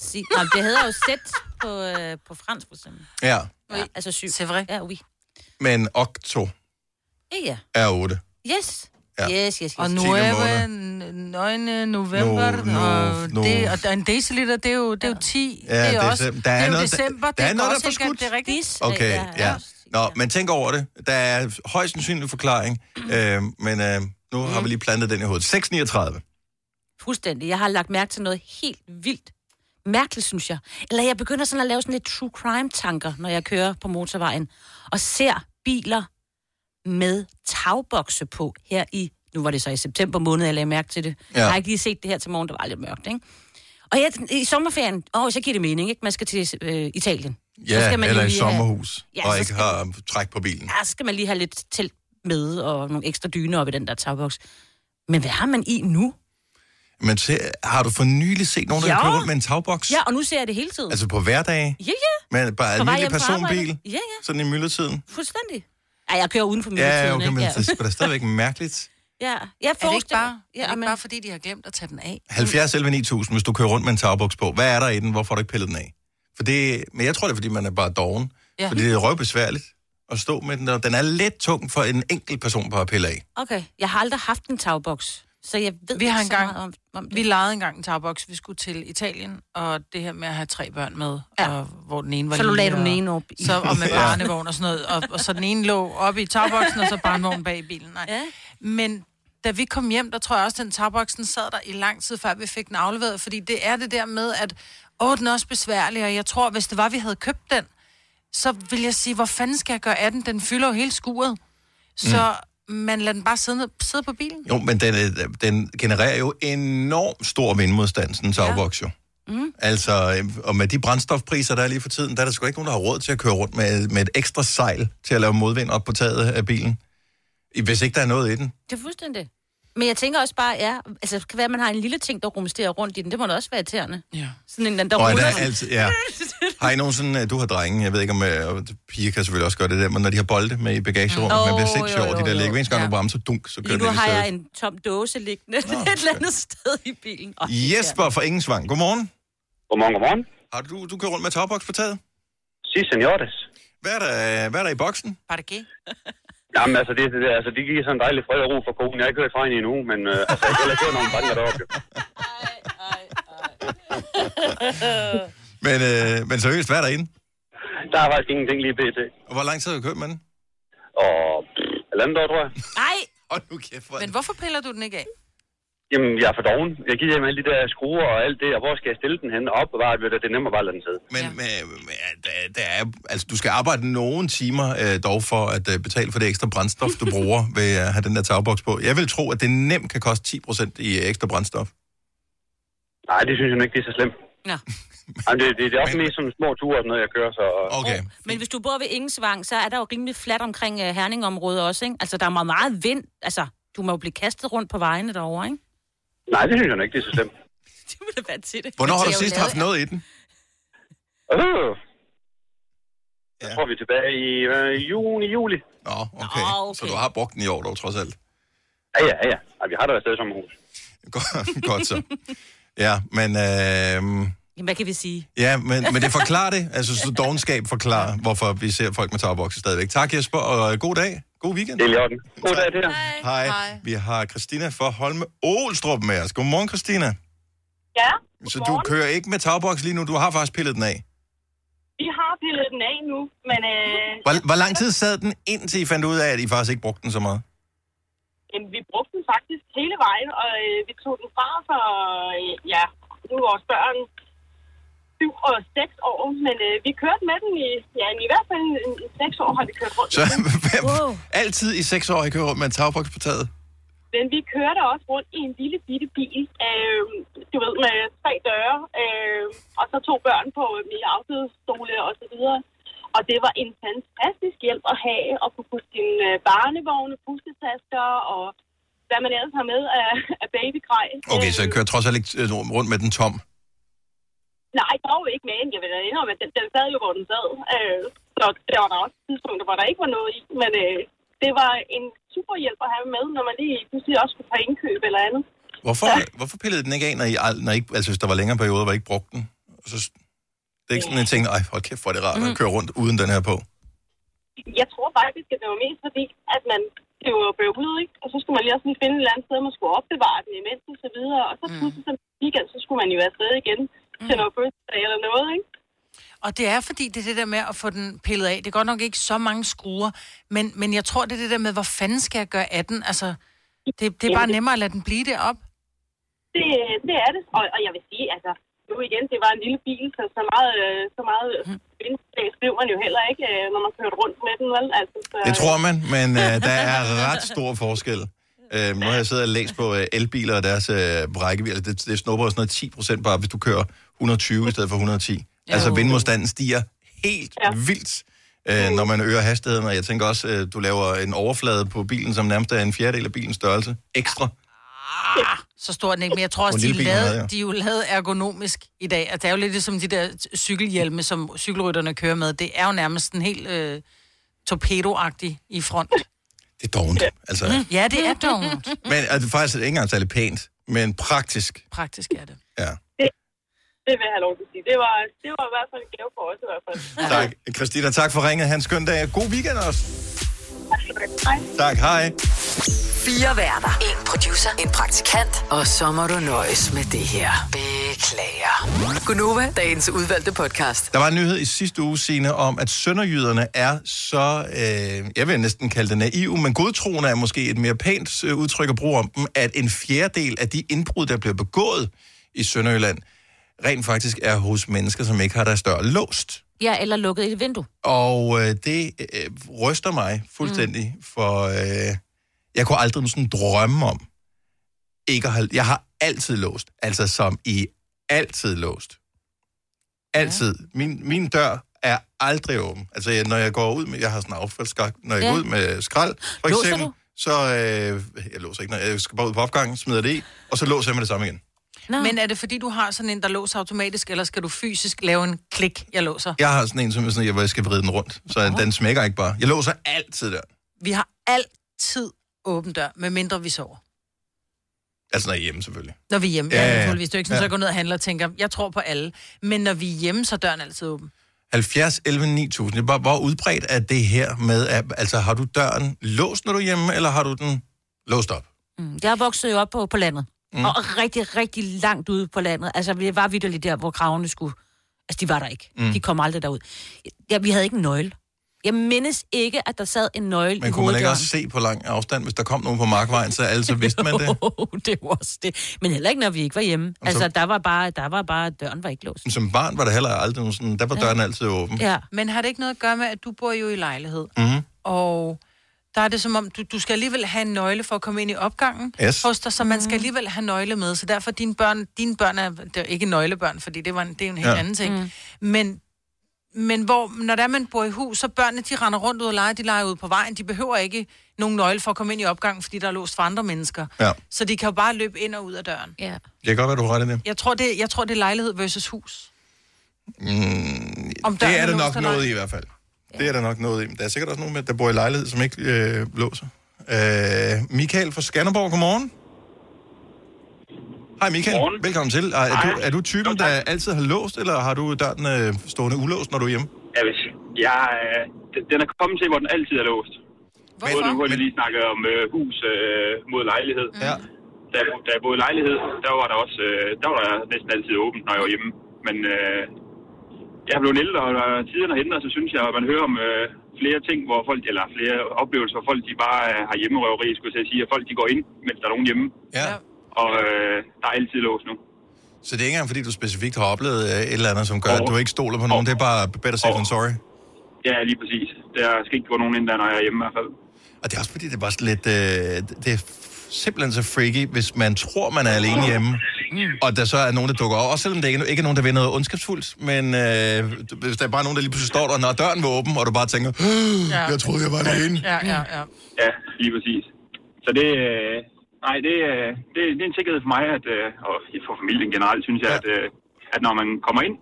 Sig. Nå, det hedder jo sæt på, øh, på fransk, for eksempel.
Ja,
Ja, altså syv.
C'est vrai.
Ja, oui.
men okto
Ja, ja.
er 8.
Yes.
Ja.
Ja. Yes, yes, yes.
Og
Tiende
nueve, nøgne, november,
No- no-
og,
no-
det, og der er en deciliter, det er jo, det er jo 10.
Ja,
det er,
decem-
også,
der
det er
er
jo
noget, der-
december,
der er
det
noget, der er
også ikke,
forskudt.
at det er rigtigt.
Dis.
Okay, ja. ja. Nå, men tænk over det. Der er højst sandsynlig forklaring, øh, men øh, nu har
Mm.
vi lige plantet den i hovedet. 639.
Fuldstændig. Jeg har lagt mærke til noget helt vildt. Mærkeligt, synes jeg. Eller jeg begynder sådan at lave sådan lidt true crime-tanker, når jeg kører på motorvejen, og ser biler med tagbokse på her i... Nu var det så i september måned, jeg lagde mærke til det.
Ja.
Ja. Jeg har ikke lige set det her til morgen, det var lidt mørkt, ikke? Og jeg, i sommerferien, åh, så giver det mening, ikke? Man skal til øh, Italien. Så
Ja,
skal man jo
eller i
lige øh,
sommerhus,
Ja,
ja, og
så
ikke har træk på bilen.
Have, ja, så skal man lige have lidt telt med, og nogle ekstra dyner op i den der tagboks. Men hvad har man i nu?
Men til, har du for nylig set nogen, der
Ja.
kører rundt med en tagboks?
Ja, og nu ser jeg det hele tiden.
Altså på hverdage?
ja, ja.
Men bare
På vej
almindelig
hjem fra arbejde.
personbil?
Ja, ja.
Sådan i myldretiden?
Fuldstændig. Ej, jeg kører uden for myldretiden,
Ja, okay, men altså-
ikke?
det er sgu da stadigvæk mærkeligt.
Ja. ja. Jeg
Er det ikke
forestiller-
bare, ja, er det ikke
men-
bare fordi, de har glemt at tage den af?
70 11 9000, hvis du kører rundt med en tagboks på. Hvad er der i den? Hvorfor har du ikke pillet den af? For det, men jeg tror, det er, fordi man er bare doven.
Ja.
Ja. Fordi det er røvbesværligt at stå med den, og den er lidt tung for en enkelt person bare at pille af.
Okay, jeg har aldrig haft en tagboks, så jeg ved
Vi har
ikke så
engang-
meget om, om det.
Vi lejede engang en tagboks, vi skulle til Italien, og det her med at have tre børn med, ja.
Ja.
og hvor den ene var
Så du lagde
lille,
du den
og-
ene op i.
Så, og med barnevogn og sådan noget, og, og så den ene lå oppe i tagboksen, og så barnevognen bag i bilen. Nej.
Ja.
Men da vi kom hjem, der tror jeg også, at den tagboksen sad der i lang tid, før vi fik den afleveret, fordi det er det der med, at åh, den er også besværlig, og jeg tror, hvis det var, vi havde købt den, så vil jeg sige, hvor fanden skal jeg gøre af den? Den fylder jo hele skuret. Så mm. man lader den bare sidde, ned- sidde på bilen.
Jo, men den, øh, den genererer jo enormt stor vindmodstand, sådan en tagboks jo. Mm. Altså, øh, og med de brændstofpriser, der er lige for tiden, der er der sgu ikke nogen, der har råd til at køre rundt med, med et ekstra sejl til at lave modvind op på taget af bilen. I- Hvis ikke der er noget i den.
Det er fuldstændig. Men jeg tænker også bare, ja, altså det kan være, at man har en lille ting, der rumsterer rundt i den. Det må da også være irriterende.
Ja.
Sådan en eller anden, der
Og er
ruller.
der altid, ja. Har I nogensinde, øh, du har drenge, jeg ved ikke om, øh, og piger kan selvfølgelig også gøre det der, men når de har bolde med i bagagerummet,
Mm.
oh, man bliver
Åh,
sindssyg
jo,
over de
jo,
der
jo.
ligger. Hver eneste gang
Ja.
du bremser, dunk, så kører
Lige
det
nu
ind i
har jeg
stedet.
en tom dåse liggende et
okay.
eller andet sted i bilen. Oh,
Jesper fra Ingensvang, godmorgen.
Godmorgen, godmorgen.
Har du, du kørt rundt med tagboks på taget?
Si, senores.
Hvad er der, øh, hvad er der i boksen?
Var det gay?
Jamen, altså, det, det, altså, de giver sådan en dejlig fred og ro for konen. Jeg har ikke hørt fra hende endnu, men øh, altså, jeg kan heller ikke høre, når hun banker deroppe. jo.
Men, øh, men seriøst, hvad er der inde?
Der er faktisk ingenting lige pt.
Og hvor lang tid har du kørt med den?
Og pff, halvandet år, tror jeg.
Nej,
Hold nu kæft, hvor...
Men hvorfor piller du den ikke af?
Jamen, jeg er for doven. Jeg gider med alle de der skruer og alt det, og hvor skal jeg stille den hen og opbevare det? ved du, Det er nemmere bare at lade den sidde.
Men, øh, ja. men, men ja, der, der er, altså, du skal arbejde nogle timer øh, dog for at øh, betale for det ekstra brændstof, du bruger ved at have den der tagboks på. Jeg vil tro, at det nemt kan koste 10% i øh, ekstra brændstof.
Nej, det synes jeg nu ikke, det er så slemt.
Nå.
Jamen, det, det, det er også mest sådan små ture og sådan noget, jeg kører, så... Og,
Okay.
Oh, men hvis du bor ved Ingensvang, så er der jo rimelig fladt omkring uh, herningområdet også, ikke? Altså, der er meget, meget vind. Altså, du må jo blive kastet rundt på vejene derovre, ikke?
Nej, det synes jeg nu ikke, det er så slemt.
Det vil da være til det.
Hvornår har
Men
du
det er jo
sidst
lavet
haft
af-
noget i den?
Øh,
Ja.
jeg tror, vi er tilbage i øh, juni, juli.
Nå, okay.
Nå,
okay.
okay.
Så du har brugt den i år dog, trods alt.
Ja, ja, ja. Ej, vi har da været stadig sommerhus.
Godt, godt så. Ja, men øh,
Jamen, hvad kan vi sige?
Ja, men, men det forklarer det. Altså, så dogenskab forklarer, hvorfor vi ser folk med tagboks stadigvæk. Tak, Jesper, og øh, god dag. God weekend.
Det er i orden. God dag til jer.
Hej. Hej. Vi har Christina fra Holme Olstrup med os. Godmorgen, Christina.
Ja,
Så du kører ikke med tagboks lige nu. Du har faktisk pillet den af.
vi har pillet den af nu, men øh,
Hvor, hvor lang tid sad den, indtil I fandt ud af, at I faktisk ikke brugte den så meget?
jamen, vi brugte den faktisk hele vejen, og øh, vi tog den fra for, øh, ja, nu er vores børn 7 og 6 år, men øh, vi kørte med den i, ja, i hvert fald en, en 6 år har vi kørt rundt.
Så wow. altid i seks år, I kører rundt med en tagboks på taget.
Men vi kørte også rundt i en lille bitte bil, øh, du ved, med tre døre, øh, og så to børn på øh, i autostole og så videre. Og det var en fantastisk hjælp at have, at kunne putte sine øh, barnevogne, pustetasker og hvad man ellers har med af, af babygrej.
Okay, så I kører trods alt ikke øh, rundt med den tom.
Øhm, Nej, dog ikke med en. Jeg vil da indrømme, at den, den sad jo, hvor den sad. Øh, så der var der også tidspunkter, hvor der ikke var noget i. Men øh, det var en super hjælp at have med, når man lige pludselig også skulle på indkøb eller andet.
Hvorfor, hvorfor pillede den ikke af, når I, ald- når I, ikke- altså hvis der var længere perioder, hvor I ikke brugte den? Og så, det er ikke sådan, at jeg tænkte, ej, hold kæft, hvor er det rart at køre rundt uden den her på.
Jeg tror faktisk, at det var mest fordi, at man det var jo bøvlet, ikke? Og så skulle man lige også lige finde et eller andet sted, man skulle opbevare den imens og så videre. Og så pludselig som weekend, så skulle man jo afsted igen mm. til noget fødselsdag eller noget, ikke?
Og det er fordi, det er det der med at få den pillet af. Det er godt nok ikke så mange skruer, men, men jeg tror, det er det der med, hvor fanden skal jeg gøre af den? Altså, det, det er bare nemmere at lade den blive derop.
Det, det er det. Og, og jeg vil sige, altså, nu igen, det var en lille bil, så så meget, øh, så meget vindslag blev man jo heller ikke, øh, når man kørte rundt med den, vel? Altså, så,
Det tror man, men øh, der er ret stor forskel. Øh, nu har jeg siddet og læst på øh, elbiler og deres øh, rækkevidde. Altså, Det, det snupper sådan noget 10 procent bare, hvis du kører 120 i stedet for 110. Altså vindmodstanden stiger helt ja. vildt, øh, når man øger hastigheden. Og jeg tænker også, øh, du laver en overflade på bilen, som nærmest er en fjerdedel af bilens størrelse ekstra.
Så stor er den ikke, men jeg tror
Og
også,
en
de,
lille
er
bil, man
lavet,
havde, ja.
de er jo lavet ergonomisk i dag. Og det er jo lidt ligesom de der cykelhjelme, som cykelrytterne kører med. Det er jo nærmest en helt øh, torpedo i front.
Det er dovent, altså.
Mm, Ja, det er dog
Men altså, faktisk er det ikke engang særlig pænt, men praktisk.
Praktisk er det.
Ja.
Det vil jeg have lov til at sige. Det var, det var i hvert fald en gave for os i hvert fald.
Altså,
Tak, Christina. Tak for ringet. Hans skøn dag. God weekend også. Tak, hej.
Fire værter. En producer. En praktikant. Og så må du nøjes med det her. Beklager. Gunova, dagens udvalgte podcast.
Der var en nyhed i sidste uge, Signe, om, at sønderjyderne er så, øh, jeg vil næsten kalde det naive, men godtroende er måske et mere pænt øh, udtryk at bruge om dem, at en fjerdedel af de indbrud, der bliver begået i Sønderjylland, rent faktisk er hos mennesker, som ikke har deres dør låst.
Ja, eller lukket i et vindue.
Og øh, det øh, ryster mig fuldstændig, mm. for øh, jeg kunne aldrig sådan drømme om, ikke at have, jeg har altid låst, altså som i altid låst. Altid. Ja. Min, min dør er aldrig åben. Altså jeg, når jeg går ud med, jeg har sådan en affaldsskak, når jeg
Ja.
ja. går ud med skrald, for
Låser
eksempel,
du?
så øh, jeg låser ikke, når jeg skal bare ud på opgangen, smider det i, og så låser jeg med det samme igen.
Nå. Men er det fordi, du har sådan en, der låser automatisk, eller skal du fysisk lave en klik, jeg låser?
Jeg har sådan en, som er sådan, hvor jeg skal vride den rundt, så den smækker ikke bare. Jeg låser altid der.
Vi har altid åben dør, medmindre vi sover.
Altså når jeg er hjemme selvfølgelig.
Når vi er hjemme.
Ja,
Ja,
ja, ja.
ja, ja. Det er jo ikke sådan,
Ja.
ja. så jeg går ned og handler og tænker, jeg tror på alle. Men når vi er hjemme, så er døren altid åben.
70, 11, 9000. Det er bare, hvor udbredt er det her med, at, altså har du døren låst, når du er hjemme, eller har du den låst op?
Mm. Jeg voksede jo op på, på landet.
Mm.
Mm. Og rigtig, rigtig langt ude på landet. Altså, det var vidderligt der, hvor gravene skulle... Altså, de var der ikke.
Mm.
Mm. De kom aldrig derud. Ja, vi havde ikke en nøgle. Jeg mindes ikke, at der sad en nøgle i
Men kunne man ikke
hoveddøren.
også se på lang afstand, hvis der kom nogen på markvejen, så altså vidste man det?
det var også det. Men heller ikke, når vi ikke var hjemme.
Og så-
Altså, der var bare, der var bare døren var ikke låst.
Som barn var der heller aldrig nogen sådan, der var døren altid åben.
Ja.
Men har det ikke noget at gøre med, at du bor jo i lejlighed?
Mm-hmm.
Og der er det som om, du, du skal alligevel have en nøgle for at komme ind i opgangen
Yes.
hos dig, så man skal alligevel have nøgle med. Så derfor dine børn, dine børn er, det er jo ikke nøglebørn, fordi det, var en, det er jo en helt
Ja.
ja. anden ting. Mm. Men, men hvor, når der man bor i hus, så børnene, de render rundt ud og leger, de leger ud på vejen. De behøver ikke nogen nøgle for at komme ind i opgangen, fordi der er låst for andre mennesker.
Ja.
Så de kan jo bare løbe ind og ud af døren. Ja.
Det kan godt være, du har ret i det.
Jeg tror, det, jeg tror, det er lejlighed versus hus.
Mm,
Om døren
det er
er
der
låst
nok
eller
noget
ej.
i i hvert fald. Det er der nok noget i. Der er sikkert også nogen, med, der bor i lejlighed, som ikke øh, låser. Øh, Michael fra Skanderborg, godmorgen. Hej Michael, Morgen. velkommen til. Er, er, du, er du typen, der altid har låst, eller har du døren øh, stående ulåst, når du er hjemme?
Ja, hvis jeg, øh, den- den er kommet til, hvor den altid er låst. Hvorfor? Nu har vi lige snakket om øh, hus øh, mod lejlighed.
Ja.
Da, jeg bo- da jeg boede i lejlighed, der var der også øh, der var der næsten altid åbent, når jeg var hjemme. Men øh, jeg blev ældre, og når tiderne ændrer, så synes jeg, at man hører om øh, flere ting, hvor folk, eller flere oplevelser, hvor folk de bare øh, har hjemmerøveri, skulle jeg til at sige, at folk de går ind, mens der er nogen hjemme.
Ja.
Og øh, der er altid låst nu.
Så det er ikke engang, fordi du specifikt har oplevet øh, et eller andet, som gør, at du ikke stoler på nogen. Det er bare better safe than sorry.
Ja, lige præcis. Der skal ikke gå nogen ind der, når jeg er hjemme i hvert fald.
Og det er også fordi, det er bare sådan lidt... Øh, det er f- simpelthen så freaky, hvis man tror, man er alene hjemme, og der så er nogen, der dukker op. Også selvom det ikke ikke er nogen, der vil noget ondskabsfuldt, men øh, du- hvis der er bare nogen, der lige pludselig står der, når døren var åben, og du bare tænker, "Øh, jeg troede, jeg var alene.
Ja, ja, ja.
Ja, lige præcis. Så det, øh, nej, det, øh, det, det er en sikkerhed for mig, at, øh, og for familien generelt, synes jeg, ja. at, øh, at når man kommer ind,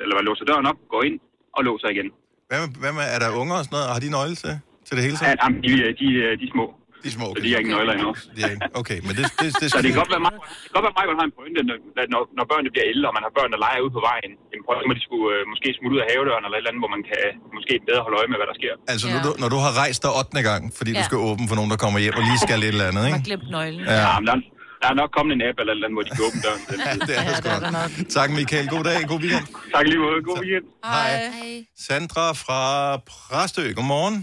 eller man låser døren op, går ind og låser igen.
Hvad med, hvad med, er der unger og sådan noget, og har de nøgle til, til det hele? Så?
Ja, jamen, de, øh, de, øh, de er små.
De er små,
okay. Så de har ingen nøgler endnu.
De er ikke, okay, men det, det, det,
Så det kan godt være mig, det kan godt være mig, hvor har en pointe, når, når, når børnene bliver ældre, og man har børn, der leger ude på vejen. Jamen, prøv, så må de skulle øh, måske smutte ud af havedøren, eller et eller andet, hvor man kan øh, måske bedre holde øje med, hvad der sker.
Altså, ja. når, du, når du har rejst dig 8. gang, fordi ja.
Ja.
du skal åbne for nogen, der kommer hjem og lige skal et eller andet, ikke?
glemt nøglen.
Ja.
ja men der, er- der er nok kommet en app eller et eller andet, hvor de kan åbne døren.
det er ja, der nok. Tak, Michael. God dag. God weekend.
Tak lige måde. God weekend.
Hej. Sandra fra Præstø. Godmorgen.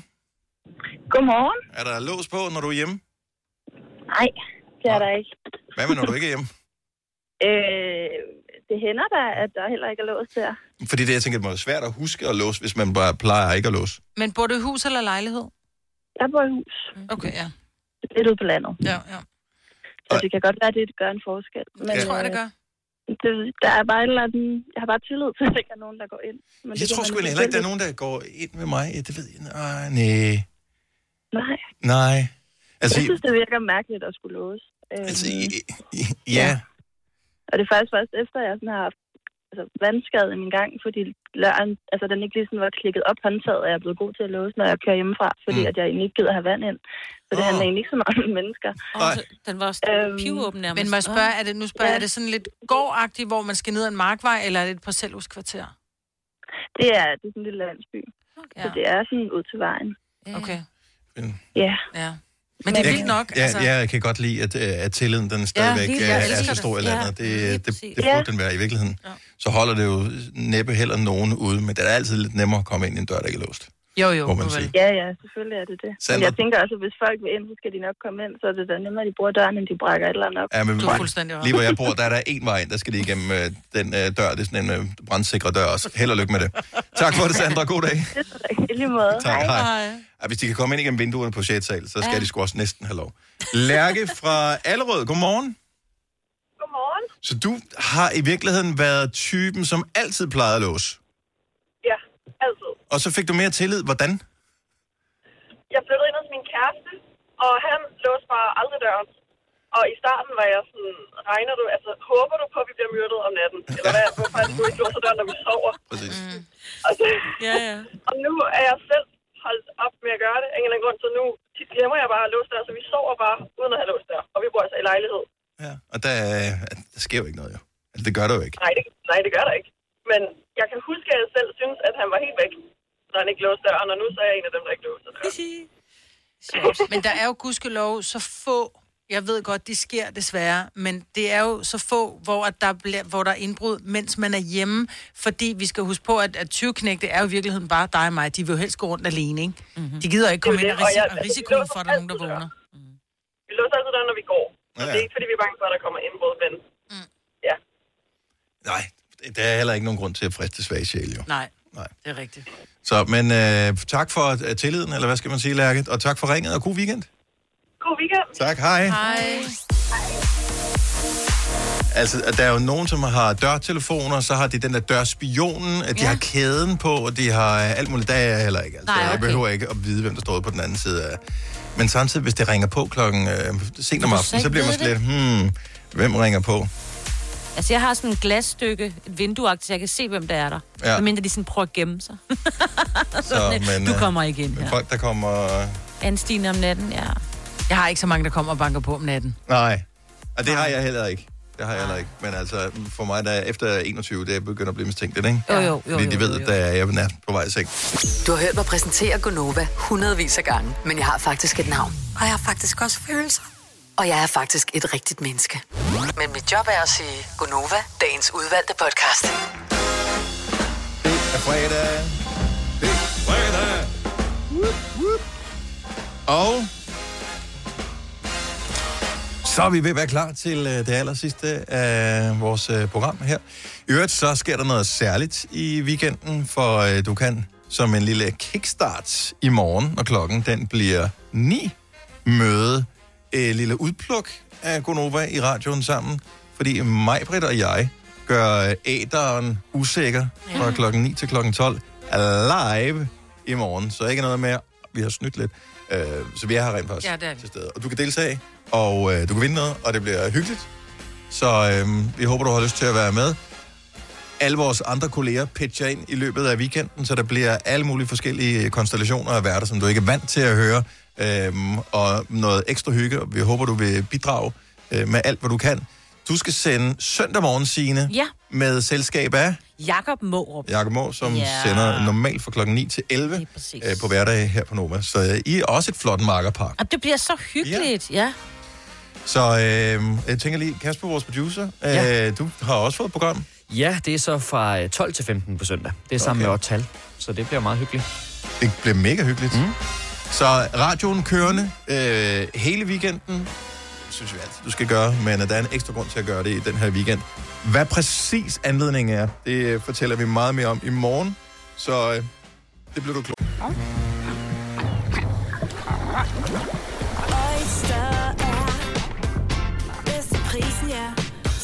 Godmorgen.
Er der lås på, når du er hjemme?
Nej, det er der ikke.
Hvad med, når du ikke er hjemme?
Øh, det hænder da, at der heller ikke er låst der.
Fordi det, jeg tænker, det må være svært at huske at låse, hvis man bare plejer ikke at låse.
Men bor du i hus eller lejlighed?
Jeg bor i hus.
Okay, ja.
Lidt ude på landet.
Ja, ja.
Så det kan godt være, at det gør en forskel. Men,
Det tror jeg, det gør.
øh, Det, der er bare et eller andet, jeg har bare tillid til, at der ikke er nogen, der går ind. Men
jeg
det kan
tror
man
sgu
jo
heller ikke, der er
selvfølgelig-
nogen, der går ind med mig. Ja, Det ved jeg. Nej, nej.
Nej,
Nej. Altså,
jeg synes, det virker mærkeligt at skulle låse. Øh,
altså i- i- ja.
Og det er faktisk først efter, at jeg sådan har haft altså, vandskade en gang, fordi løren, altså, den ikke lige sådan var klikket op håndtaget, og jeg er blevet god til at låse, når jeg kører hjemmefra, fordi mm. at jeg egentlig ikke gider have vand ind. Så det oh. handler egentlig ikke så meget om mennesker.
Oh, den var øhm, pivåben nærmest.
Men må jeg spørge, er det, nu spørger, ja. er det sådan lidt gårdagtigt, hvor man skal ned ad en markvej, eller er det et parcelhuskvarter?
Det er, det er sådan en lille landsby. Okay. Så det er sådan ud til vejen.
Okay.
Ja.
ja. Men det er vildt nok.
Mm. Ja, altså. jeg kan godt lide, at, øh, at tilliden den stadigvæk
lige-
ja,
jeg
er
elsker
så
det.
stor i landet.
Ja,
Ja, det, øh, det, det,
præcis.
det
Ja.
burde den være i virkeligheden. Ja. Så holder det jo næppe heller nogen ude, men det er altid lidt nemmere at komme ind i en dør, der ikke er låst.
Jo, jo.
Må man sige.
Ja, ja, selvfølgelig er det det. Men
Sandra?
jeg tænker også, at hvis folk vil ind, så skal de nok komme ind, så er det da nemmere, at de bruger døren, end de brækker et eller andet op.
Ja, men Lige hvor jeg bor, der er der en vej ind, der skal de igennem øh, den øh, dør. Det er sådan en øh, brandsikre dør også. Held og lykke med det. Tak for det, Sandra. God dag.
I lige måde.
Tak, hej. Ja, hvis de kan komme ind igennem vinduerne på 6. sal, så skal ja. de sgu også næsten have lov. Lærke fra Allerød, godmorgen.
Godmorgen.
Så du har i virkeligheden været typen, som altid plejede at låse.
Ja, altid.
Og så fik du mere tillid. Hvordan?
Jeg flyttede ind hos min kæreste, og han låste bare aldrig døren. Og i starten var jeg sådan, regner du, altså håber du på, at vi bliver myrdet om natten? Eller hvad, hvorfor er det, du ikke låser døren, når vi sover?
Præcis.
Mm. Og, så,
ja, ja.
og nu er jeg selv holdt op med at gøre det af en eller anden grund, så nu tit glemmer jeg bare at låse døren, så vi sover bare uden at have låst dør. Og vi bor altså i lejlighed.
Og der, øh, der sker jo ikke noget, jo. Altså, det gør der jo ikke.
Nej det, nej, det gør der ikke. Men jeg kan huske, at jeg selv synes, at han var helt væk, når han ikke låste døren, og nu så er jeg en af dem, der ikke låser døren.
Men der er jo gudskelov så få, jeg ved godt, de sker desværre, men det er jo så få, hvor, at der, bliver, hvor der er indbrud, mens man er hjemme, fordi vi skal huske på, at, at 20 knægte er jo i virkeligheden bare dig og mig. De vil jo helst gå rundt alene, ikke?
Mhm.
Mm-hmm. De gider ikke komme
Det
ind
er
og
det, og jeg-
risiko, risikoen for, at der er nogen, der vågner. Mm.
Vi låser altid døren, når vi går. Ja. Det er ikke, fordi vi er bange for, at der kommer indbrud, men
Mm.
Der er heller ikke nogen grund til at friste svage sjæl, jo.
Nej, Nej, det er rigtigt.
Så, men øh, tak for øh, tilliden, eller hvad skal man sige, Lærke? Og tak for ringet, og god weekend.
god weekend.
Tak, hej.
Hej.
Altså, at der er jo nogen, som har dørtelefoner, så har de den der dørspionen, at de ja. har kæden på, og de har øh, alt muligt. Der er jeg heller ikke. Altså,
Nej,
Jeg
okay.
behøver ikke at vide, hvem der står ude på den anden side af. Men samtidig, hvis det ringer på klokken øh, sent om
Du
aftenen,
selv
så bliver man
ved
sådan lidt, hmm, hvem ringer på?
Altså, jeg har sådan et glasstykke, et vinduagtigt, så jeg kan se, hvem der er der.
Ja.
Ja. Men mindre de sådan prøver at gemme sig.
Så, men,
du
øh,
kommer ikke ind
men
her.
Folk, der kommer... Øh,
Anstigende om natten, ja.
Jeg har ikke så mange, der kommer og banker på om natten.
nej, og det har jeg heller ikke. Det har jeg heller ikke. Men altså, for mig, der er efter 21, det begynder at blive mistænkeligt, ikke?
Jo, jo, jo,
Fordi de
jo,
ved,
jo, jo.
at der er jeg er på vej i seng.
Du har hørt mig præsentere Gonova hundredvis af gange, men jeg har faktisk et navn.
Og jeg har faktisk også følelser.
Og jeg er faktisk et rigtigt menneske. Men mit job er at sige Gonova, dagens udvalgte podcast.
Det er fredag. Det er fredag. Woop, woop. Og så er vi ved at være klar til øh, det aller sidste af vores øh, program her. I øvrigt, så sker der noget særligt i weekenden, for øh, du kan som en lille kickstart i morgen, når klokken den bliver 9, møde et lille udpluk af Gonova i radioen sammen, fordi Majbrit og jeg gør øh, æderen usikker fra klokken 9 til klokken 12 live i morgen, så ikke noget med, at vi har snydt lidt. Øh, så vi er her rent faktisk
Ja, det er vi.
til stede. Og du kan deltage, og øh, du kan vinde noget, og det bliver hyggeligt. Så øh, vi håber, du har lyst til at være med. Alle vores andre kolleger pitcher ind i løbet af weekenden, så der bliver alle mulige forskellige konstellationer af værter, som du ikke er vant til at høre, øhm, og noget ekstra hygge. Vi håber, du vil bidrage øh, med alt, hvad du kan. Du skal sende søndag morgen, Signe,
Ja,
med selskab af
Jakob Mårup.
Jakob Må, som
Ja.
sender normalt fra klokken 9 til 11 øh, på hverdag her på Noma. Så øh, I er også et flot markerpar.
Og det bliver så hyggeligt, ja. ja.
Så øh, jeg tænker lige, Kasper, vores producer, øh, ja. du har også fået et program.
Ja, det er så fra øh, 12 til 15 på søndag. Det er sammen
Okay.
med Ottal, så det bliver meget hyggeligt.
Det bliver mega hyggeligt. Mm. Så radioen kørende øh, hele weekenden, synes vi altid, du skal gøre, men øh, der er en ekstra grund til at gøre det i den her weekend. Hvad præcis anledningen er, det øh, fortæller vi meget mere om i morgen, så øh, det bliver du klog.
Oyster er bedst til prisen, ja.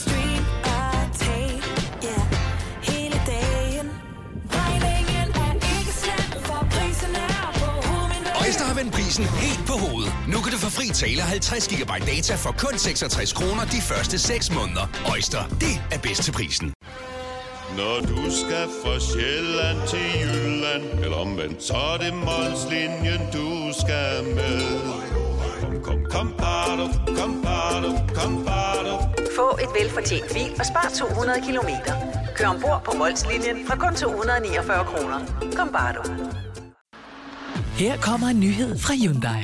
Stream og tag, ja. Hele dagen. Regningen er ikke slem, for prisen er på hovedet.
Øjster har vendt prisen helt på hovedet. Nu kan du få fri tale 50 GB data for kun 66 kroner de første 6 måneder. Øjster, det er bedst til prisen.
Når du skal fra Sjælland til Jylland, eller omvendt, så er det Molslinjen, du skal med. Kom, kom, kom, bado, kom, bado, kom, bado.
Få et velfortjent bil og spar 200 kilometer. Kør ombord på Molslinjen fra kun 249 kroner. Kom bare du.
Her kommer en nyhed fra Hyundai.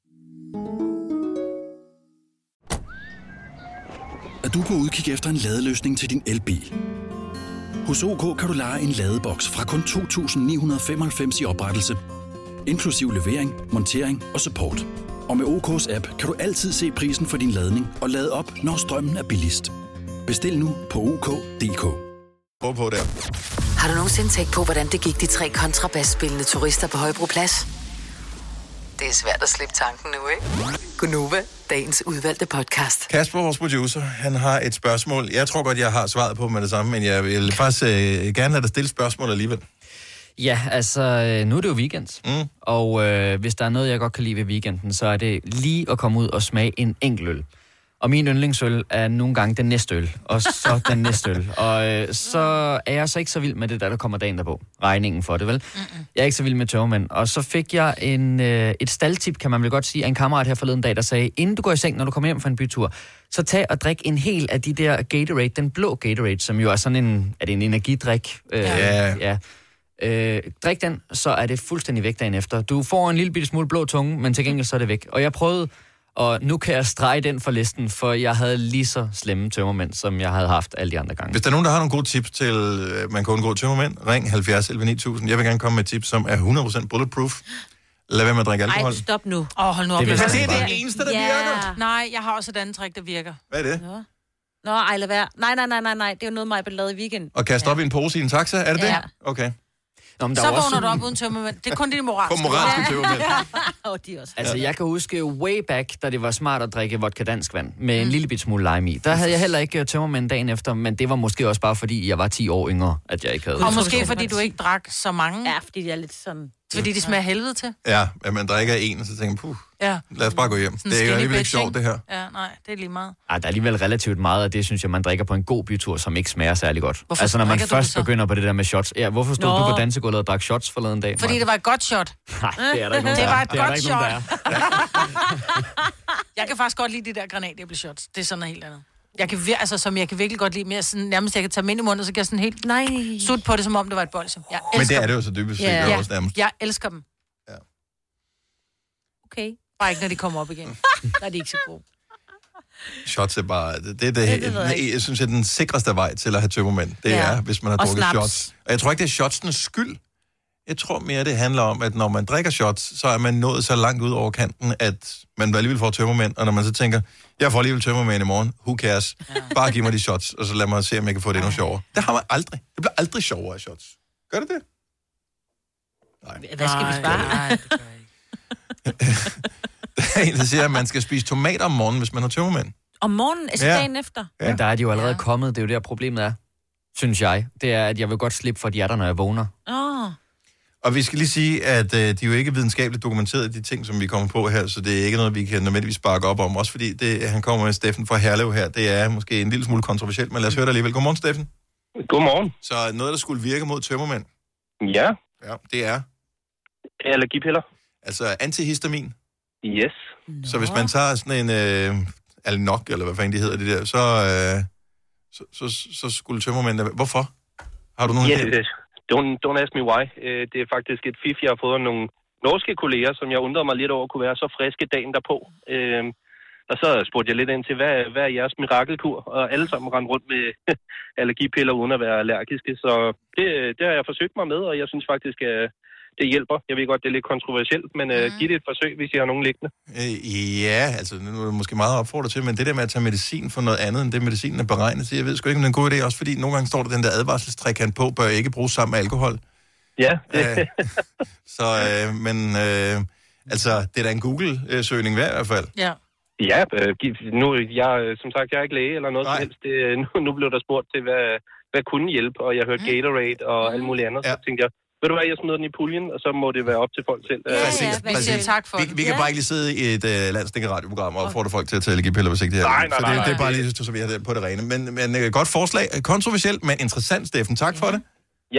er du på udkig efter en ladeløsning til din elbil. Hos OK kan du lege en ladeboks fra kun 2.995 i oprettelse, inklusiv levering, montering og support. Og med OK's app kan du altid se prisen for din ladning og lade op, når strømmen er billigst. Bestil nu på OK.dk.
Prøv på der.
Har du nogensinde tænkt på, hvordan det gik de tre kontrabasspillende turister på Højbroplads? Det er svært at slippe tanken nu, ikke? Gunova, dagens udvalgte podcast.
Kasper, vores producer, han har et spørgsmål. Jeg tror godt, jeg har svaret på med det samme, men jeg vil faktisk øh, gerne have dig stille spørgsmål alligevel.
Ja, altså, øh, nu er det jo weekend, mm. og øh, hvis der er noget, jeg godt kan lide ved weekenden, så er det lige at komme ud og smage en enkelt øl. Og min yndlingsøl er nogle gange den næste øl, og så den næste øl. Og øh, så er jeg så ikke så vild med det der, der kommer dagen derpå. Regningen for det, vel? Mm-mm. Jeg er ikke så vild med tørmænd. Og så fik jeg en, øh, et staldtip, kan man vel godt sige, af en kammerat her forleden dag, der sagde, inden du går i seng, når du kommer hjem fra en bytur, så tag og drik en hel af de der Gatorade, den blå Gatorade, som jo er sådan en, er det en energidrik? Øh,
Ja.
ja. Øh, drik den, så er det fuldstændig væk dagen efter. Du får en lille bitte smule blå tunge, men til gengæld så er det væk. Og jeg prøvede, og nu kan jeg strege den fra listen, for jeg havde lige så slemme tømmermænd, som jeg havde haft alle de andre gange.
Hvis der er nogen, der har nogle gode tips til, øh, man kan undgå tømmermænd, ring 70 11 9000. Jeg vil gerne komme med et tip, som er 100% bulletproof. Lad være med at drikke alkohol.
Ej, stop nu.
Åh, oh, hold nu
Det
op.
vil
jeg
jeg
ved
sige bare.
ikke.
Det er det eneste,
der virker.
Nej, jeg har også et andet trick, der virker.
Hvad er det?
Nå, ej, lad være. Nej, nej, nej, nej, nej. Det er jo noget, mig lavede i weekenden.
Og kaste op i en pose i en taxa, er det
Ja.
det? Okay.
Nå, men der
så
er jo også
vågner du
sådan-
op uden tømmermænd. Det er kun de moralske.
Kun moralske
Ja.
tømmermænd.
Og de er også.
Altså, jeg kan huske way back, da det var smart at drikke vodka dansk vand med en lille bit smule lime i. Der havde jeg heller ikke øh, tømmermænd dagen efter, men det var måske også bare fordi, jeg var 10 år yngre, at jeg ikke havde.
Og måske fordi du ikke drak så mange. Ja, fordi de er lidt sådan... Fordi de smager helvede til.
Ja, at man drikker en, og så tænker man, puh,
Ja.
lad os bare gå hjem.
Sådan
det er jo
skinny
alligevel ikke
bitch,
sjovt, det her.
Ja, nej, det er lige meget.
Ej, Ah, der er alligevel relativt meget af det, synes jeg, man drikker på en god bytur, som ikke smager særlig godt.
Hvorfor
altså, når man
drikker du
først
så?
begynder på det der med shots. Ja, hvorfor stod
Nå.
du på dansegulvet og drak shots forleden dag?
Fordi det var et godt shot.
Nej, det er der ikke nogen,
Det
der
var
er.
et
Det er der
godt
ikke
shot.
nogen, der
jeg kan faktisk godt lide de der granatæbleshots. Det er sådan noget helt andet. Jeg kan vir- altså, som jeg kan virkelig godt lide mere sådan, nærmest jeg kan tage dem ind i munden, og så kan jeg sådan helt nej. sut på det, som om det var et bolse. Jeg elsker
Men det er
dem.
det jo så dybest set
ja.
også nærmest.
Jeg elsker dem. Ja. Okay. Bare ikke, når de kommer op igen. Der er de ikke så gode.
Shots er bare, det, det,
det
det, det,
ved jeg
jeg, synes, det er den sikreste vej til at have tømmermænd. Det
Ja.
ja. er, hvis man har
Og
drukket
snaps.
shots. Og jeg tror ikke, det er shotsens skyld. Jeg tror mere, det handler om, at når man drikker shots, så er man nået så langt ud over kanten, at man alligevel får tømmermænd. Og når man så tænker, jeg får alligevel tømmermænd i morgen, who cares? Ja. Bare giv mig de shots, og så lad mig se, om jeg kan få det endnu sjovere. Det har man aldrig. Det bliver aldrig sjovere af shots. Gør det det?
Hvad skal vi svare?
Der er en, der siger, at man skal spise tomater om morgenen, hvis man har tømmermænd.
Om morgenen, altså
Ja.
dagen efter.
Ja. Men der er de jo allerede kommet, det er jo der problemet er, synes jeg. Det er, at jeg vil godt slippe for de er der, når jeg vågner.
Åh. Oh.
Og vi skal lige sige, at øh, de er jo ikke videnskabeligt dokumenteret, de ting, som vi kommer på her, så det er ikke noget, vi kan nødvendigvis bakke op om. Også fordi det, han kommer med Steffen fra Herlev her, det er måske en lille smule kontroversielt, men lad os høre det alligevel. Godmorgen, Steffen.
Godmorgen.
Så noget, der skulle virke mod tømmermænd?
Ja.
Ja, det er?
Allergipiller.
Altså antihistamin?
Yes.
Så hvis man tager sådan en øh, Alnok, eller hvad fanden de hedder, det der, så, øh, så, så, så skulle tømmermænd... da- Hvorfor? Har du nogen
Ja, øh,
idé?
det- don't, don't ask me why. Øh, Det er faktisk et fif, jeg har fået af nogle norske kolleger, som jeg undrede mig lidt over, kunne være så friske dagen derpå. Øh, Og så spurgte jeg lidt ind til, hvad, hvad er jeres mirakelkur? Og alle sammen rendte rundt med allergipiller uden at være allergiske. Så det, det har jeg forsøgt mig med, og jeg synes faktisk, at det hjælper. Jeg ved godt, det er lidt kontroversielt, men mm. giv det et forsøg, hvis I har nogen liggende.
Øh, ja, altså nu er det måske meget opfordret til, men det der med at tage medicin for noget andet, end det medicinen er beregnet til, jeg ved sgu ikke, om det er en god idé, også fordi nogle gange står der den der advarselstrækant på, bør ikke bruges sammen med alkohol.
Ja.
Øh, så, øh, men øh, altså, det er da en Google-søgning værd i hvert fald.
Ja.
Ja, øh, giv- nu, jeg, øh, som sagt, jeg er ikke læge eller noget Nej. som helst. Det, øh, nu, nu blev der spurgt til, hvad, hvad kunne hjælpe, og jeg hørte Gatorade og alt muligt andet. Ja. Så tænkte jeg, ved du hvad, jeg smider den i puljen, og så må det være op til folk selv. øh, Ja,
Præcis,
Vi siger tak for
Vi, vi kan bare ikke lige sidde i et øh, landsdækkende radioprogram og få folk til at tage allergipiller, hvis ikke det her.
Nej, nej,
så
nej,
det,
nej.
det er bare lige, så vi har det på det rene. Men, men øh, godt forslag. Kontroversielt, men interessant, Steffen. Tak for det.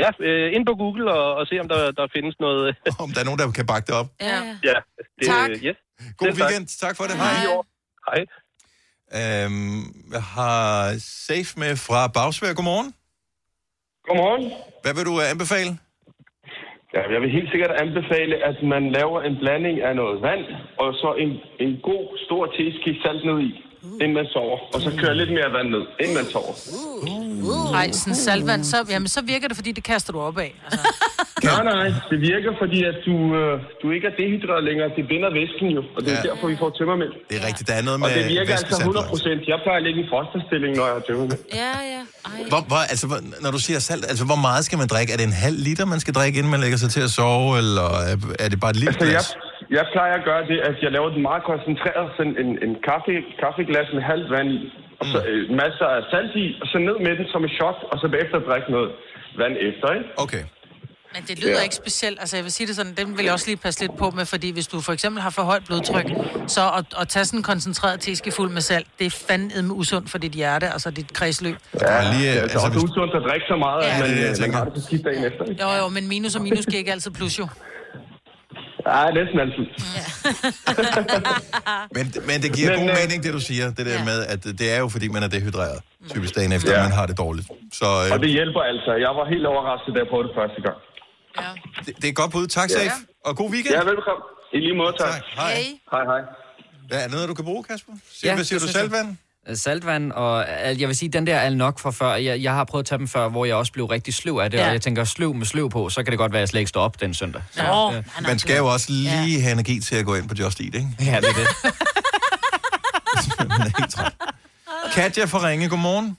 Ja, øh, ind på Google og, og se, om der, der findes noget.
om der er nogen, der kan bakke det op.
Ja, ja det, øh,
Tak.
Yes.
God
Selv tak.
weekend. Tak. for det. Hej.
Hej.
Øhm, jeg har Safe med fra Bagsvær. Godmorgen.
Godmorgen.
Hvad vil du øh, anbefale?
Ja, jeg vil helt sikkert anbefale, at man laver en blanding af noget vand, og så en, en god stor teske salt ned i, inden man sover. Og så kører lidt mere vand ned, inden man sover.
Nej, sådan saltvand, så, jamen, så virker det, fordi det kaster du op af. Altså.
Nej, nej, det virker, fordi at du, øh, du ikke er dehydreret længere. Det binder væsken jo, og det er
Ja.
ja. derfor, vi får tømmermænd.
Det er rigtigt, der er noget
Og
med øh,
det virker altså
væskesalt
100 procent. Jeg plejer at ligge i fosterstilling, når jeg har tømmermænd.
Ja, ja.
Hvor, hvor, altså, hvor, når du siger salt, altså hvor meget skal man drikke? Er det en halv liter, man skal drikke, inden man lægger sig til at sove, eller øh, er- er det bare et lille
Altså,
glas?
jeg, jeg plejer at gøre det, at jeg laver den meget koncentreret, sådan en, en kaffe, kaffeglas med halvt vand i, og
Mm.
så øh, masser af salt i, og så ned med den som en shot, og så bagefter drikke noget vand efter, ikke?
Okay.
Men det lyder
Ja.
ikke specielt. Altså, jeg vil sige det sådan, dem vil jeg også lige passe lidt på med, fordi hvis du for eksempel har for højt blodtryk, så at, at tage sådan en koncentreret teske fuld med salt, det er fandme usundt for dit hjerte, altså dit kredsløb.
Ja,
lige,
det er altså, også usundt at drikke så meget,
Ja.
at man,
Ja, det er det, jeg
øh, man
tænker.
har det på skidt dagen efter, ikke?
Jo, jo, men minus og minus giver ikke altid plus jo.
Ja, næsten altid.
Men, men det giver
Men,
men, god
øh,
mening, det du siger, det der med, at det er jo fordi, man er dehydreret, typisk dagen efter,
Ja.
man har det dårligt. Så
Og
øh,
det hjælper altså. Jeg var helt overrasket, da jeg prøvede det første gang.
det, det er et godt bud. Tak,
Ja.
Safe, og god weekend.
Ja, velkommen. I lige måde, tak.
Hej.
Hej, hej.
Hvad er noget, du kan bruge, Kasper? Siger, hvad siger
det
du,
synes jeg.
saltvand?
Øh, Saltvand, og al- jeg vil sige, den der al nok fra før, jeg, jeg har prøvet at tage dem før, hvor jeg også blev rigtig sløv af det,
Ja.
ja. og jeg tænker, sløv med sløv på, så kan det godt være, at jeg slet ikke står op den søndag. Så,
Nå,
øh,
Man skal jo også lige have energi til at gå ind på Just Eat, ikke?
Ja, det er det.
man er helt træt. Katja fra Ringe, godmorgen.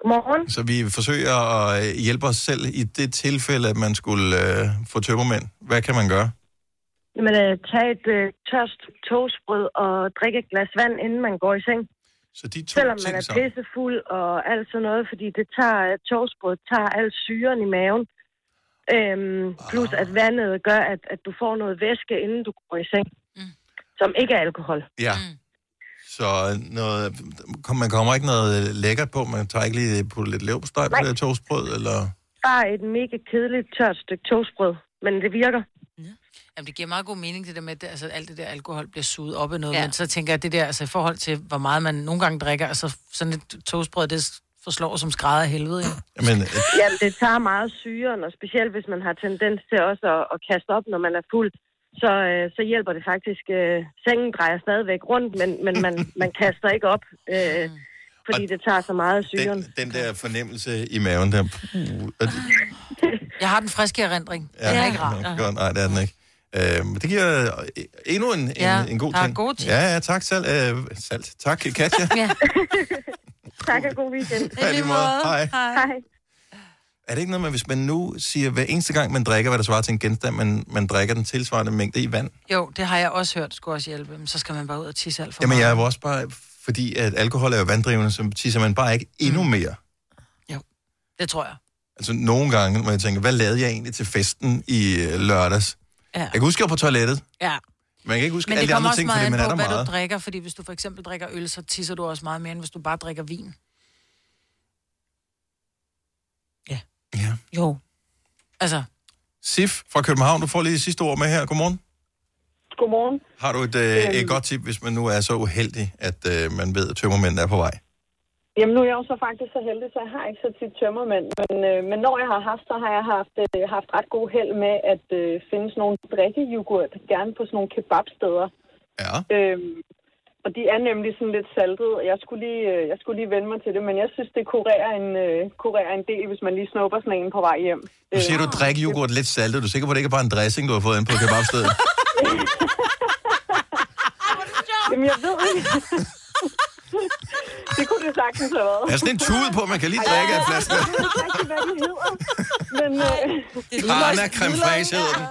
Godmorgen. Så vi forsøger at øh, hjælpe os selv i det tilfælde, at man skulle øh, få tømmermænd. Hvad kan man gøre?
Jamen, øh, tag et øh, tørst toastbrød og drikke et glas vand, inden man går i seng.
Så de
to Selvom man
ting
er
sammen.
pissefuld og alt sådan noget, fordi det tager, øh, toastbrød tager al syren i maven. Øhm,
Ah.
plus at vandet gør, at, at du får noget væske, inden du går i seng, mm. som ikke er alkohol.
Ja. Mm. Så noget, kom- man kommer ikke noget øh, lækkert på, man tager ikke lige på lidt leverpostej på
Nej.
det her toastbrød, eller...
Bare et mega kedeligt tørt stykke toastbrød, men det virker.
Jamen, det giver meget god mening, det der med, at det- altså, alt det der alkohol bliver suget op i noget,
Ja.
ja. men så tænker jeg, at det der, altså i forhold til, hvor meget man nogle gange drikker, altså sådan et toastbrød, det forslår som skrædder af helvede, ikke?
Jamen,
Jamen, det tager meget syren, og specielt hvis man har tendens til også at, at kaste op, når man er fuld, så, øh, så hjælper det faktisk. Øh, sengen drejer stadigvæk rundt, men, men man, man kaster ikke op, øh,
Mm.
fordi det tager så meget af syren.
øh, Den, den der fornemmelse i maven, der... Puh, og det-
Jeg har den friske erindring. Ja.
ja,
Det er ikke rart.
Nå, godt, nej, det er den ikke. Øhm, det giver øh, endnu en, en,
Ja,
en god
der er
ting.
gode ting.
Ja, ja, tak selv. Øh, salt. Tak, Katja.
Ja.
tak og god weekend.
Ja, i lige måde. Hej.
Hej.
Er det ikke noget med, hvis man nu siger, hver eneste gang, man drikker, hvad der svarer til en genstand, man, man drikker den tilsvarende mængde i vand?
Jo, det har jeg også hørt, skulle også hjælpe, men så skal man bare ud og tisse alt for
Jamen,
meget.
jeg er jo også bare... Fordi at alkohol er jo vanddrivende, så tisser man bare ikke endnu
Mm.
mere.
Det tror jeg.
Altså nogle gange, hvor jeg tænker, hvad lavede jeg egentlig til festen i øh, lørdags?
Ja.
Jeg kan huske, jeg var på toilettet.
Ja.
Man kan ikke huske
Men
alle
det
de
kommer
andre
også
ting, fordi
meget
man
an
er
på,
der
hvad
meget.
du drikker, fordi hvis du for eksempel drikker øl, så tisser du også meget mere, end hvis du bare drikker vin.
Ja.
Jo.
Altså.
Sif fra København, du får lige sidste ord med her. Godmorgen.
Godmorgen.
Har du et, øh, et godt tip, hvis man nu er så uheldig, at øh, man ved, at tømmermændene er på vej?
Jamen, nu er jeg jo så faktisk så heldig, så jeg har ikke så tit tømmermænd. Men, øh, men når jeg har haft, så har jeg haft, øh, haft ret god held med at øh, finde sådan nogle drikkejoghurt, gerne på sådan nogle kebabsteder.
Ja.
Øhm, og de er nemlig sådan lidt saltede, og jeg skulle lige, øh, jeg skulle lige vende mig til det, men jeg synes, det kurerer en, øh, kurerer en del, hvis man lige snupper sådan en på vej hjem.
Nu siger du, drik yoghurt lidt saltet. Du er sikker på, at det ikke er bare en dressing, du har fået ind på kebabstedet?
Jamen, jeg ved ikke. det kunne det sagtens have været.
Der er sådan en tude på, man kan lige
Ej,
drikke af
jeg
flasken.
ved ikke rigtig, hvad de hedder. Men, øh,
Karna creme fraiche hedder den.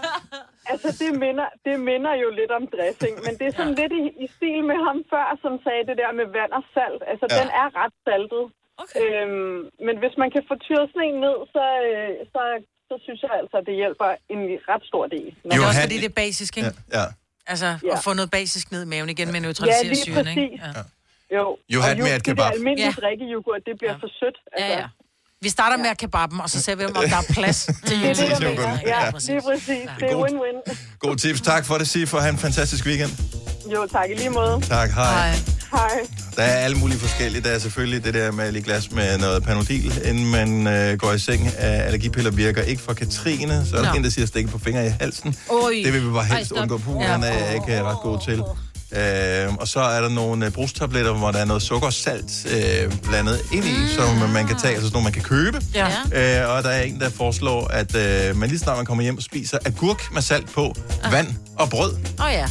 altså, det minder, det minder jo lidt om dressing, men det er sådan lidt i, i stil med ham før, som sagde det der med vand og salt. Altså,
Ja.
ja. den er ret saltet. Okay. Øhm, men hvis man kan få tyret sådan en ned, så, øh, så, så synes jeg altså, at det hjælper en ret stor del.
Men det er også fordi, det er basisk, ikke?
Ja.
Altså,
Ja.
at få noget basisk ned i maven igen med at
Ja,
neutralisere
lige
syren, ikke?
præcis. Ja. Jo,
You
og
had
jo,
me at
det der
kebab.
almindelige drikkejoghurt, det bliver for sødt. Altså. Ja, ja.
Vi starter med at kebaben, og så ser vi, om der er plads til
Det er det, jeg
Det er jo
mener.
godt.
Ja,
Ja.
det er præcis. Det er
God-
win-win.
God tips. Tak for det, Sif, og have en fantastisk weekend.
Jo, tak i lige måde.
Tak, hej. hej.
Hej.
Der er alle mulige forskellige. Der er selvfølgelig det der med lige glas med noget panodil, inden man øh, går i seng. Øh, allergipiller virker ikke for Katrine. Så er der
Nå.
no. en, der siger stikke på fingre i halsen.
Oj.
Det vil vi bare
Ej,
helst
stop.
undgå. Puh,
Ja.
den er jeg ikke øh, ret god til. Øh, og så er der nogle øh, brustabletter, hvor der er noget sukker og salt øh, blandet ind i, mm. som man kan tage, altså sådan nogle, man kan købe.
Ja.
Øh, og der er en, der foreslår, at øh, man lige snart man kommer hjem og spiser agurk med salt på,
Ah.
vand og brød.
Åh oh, ja.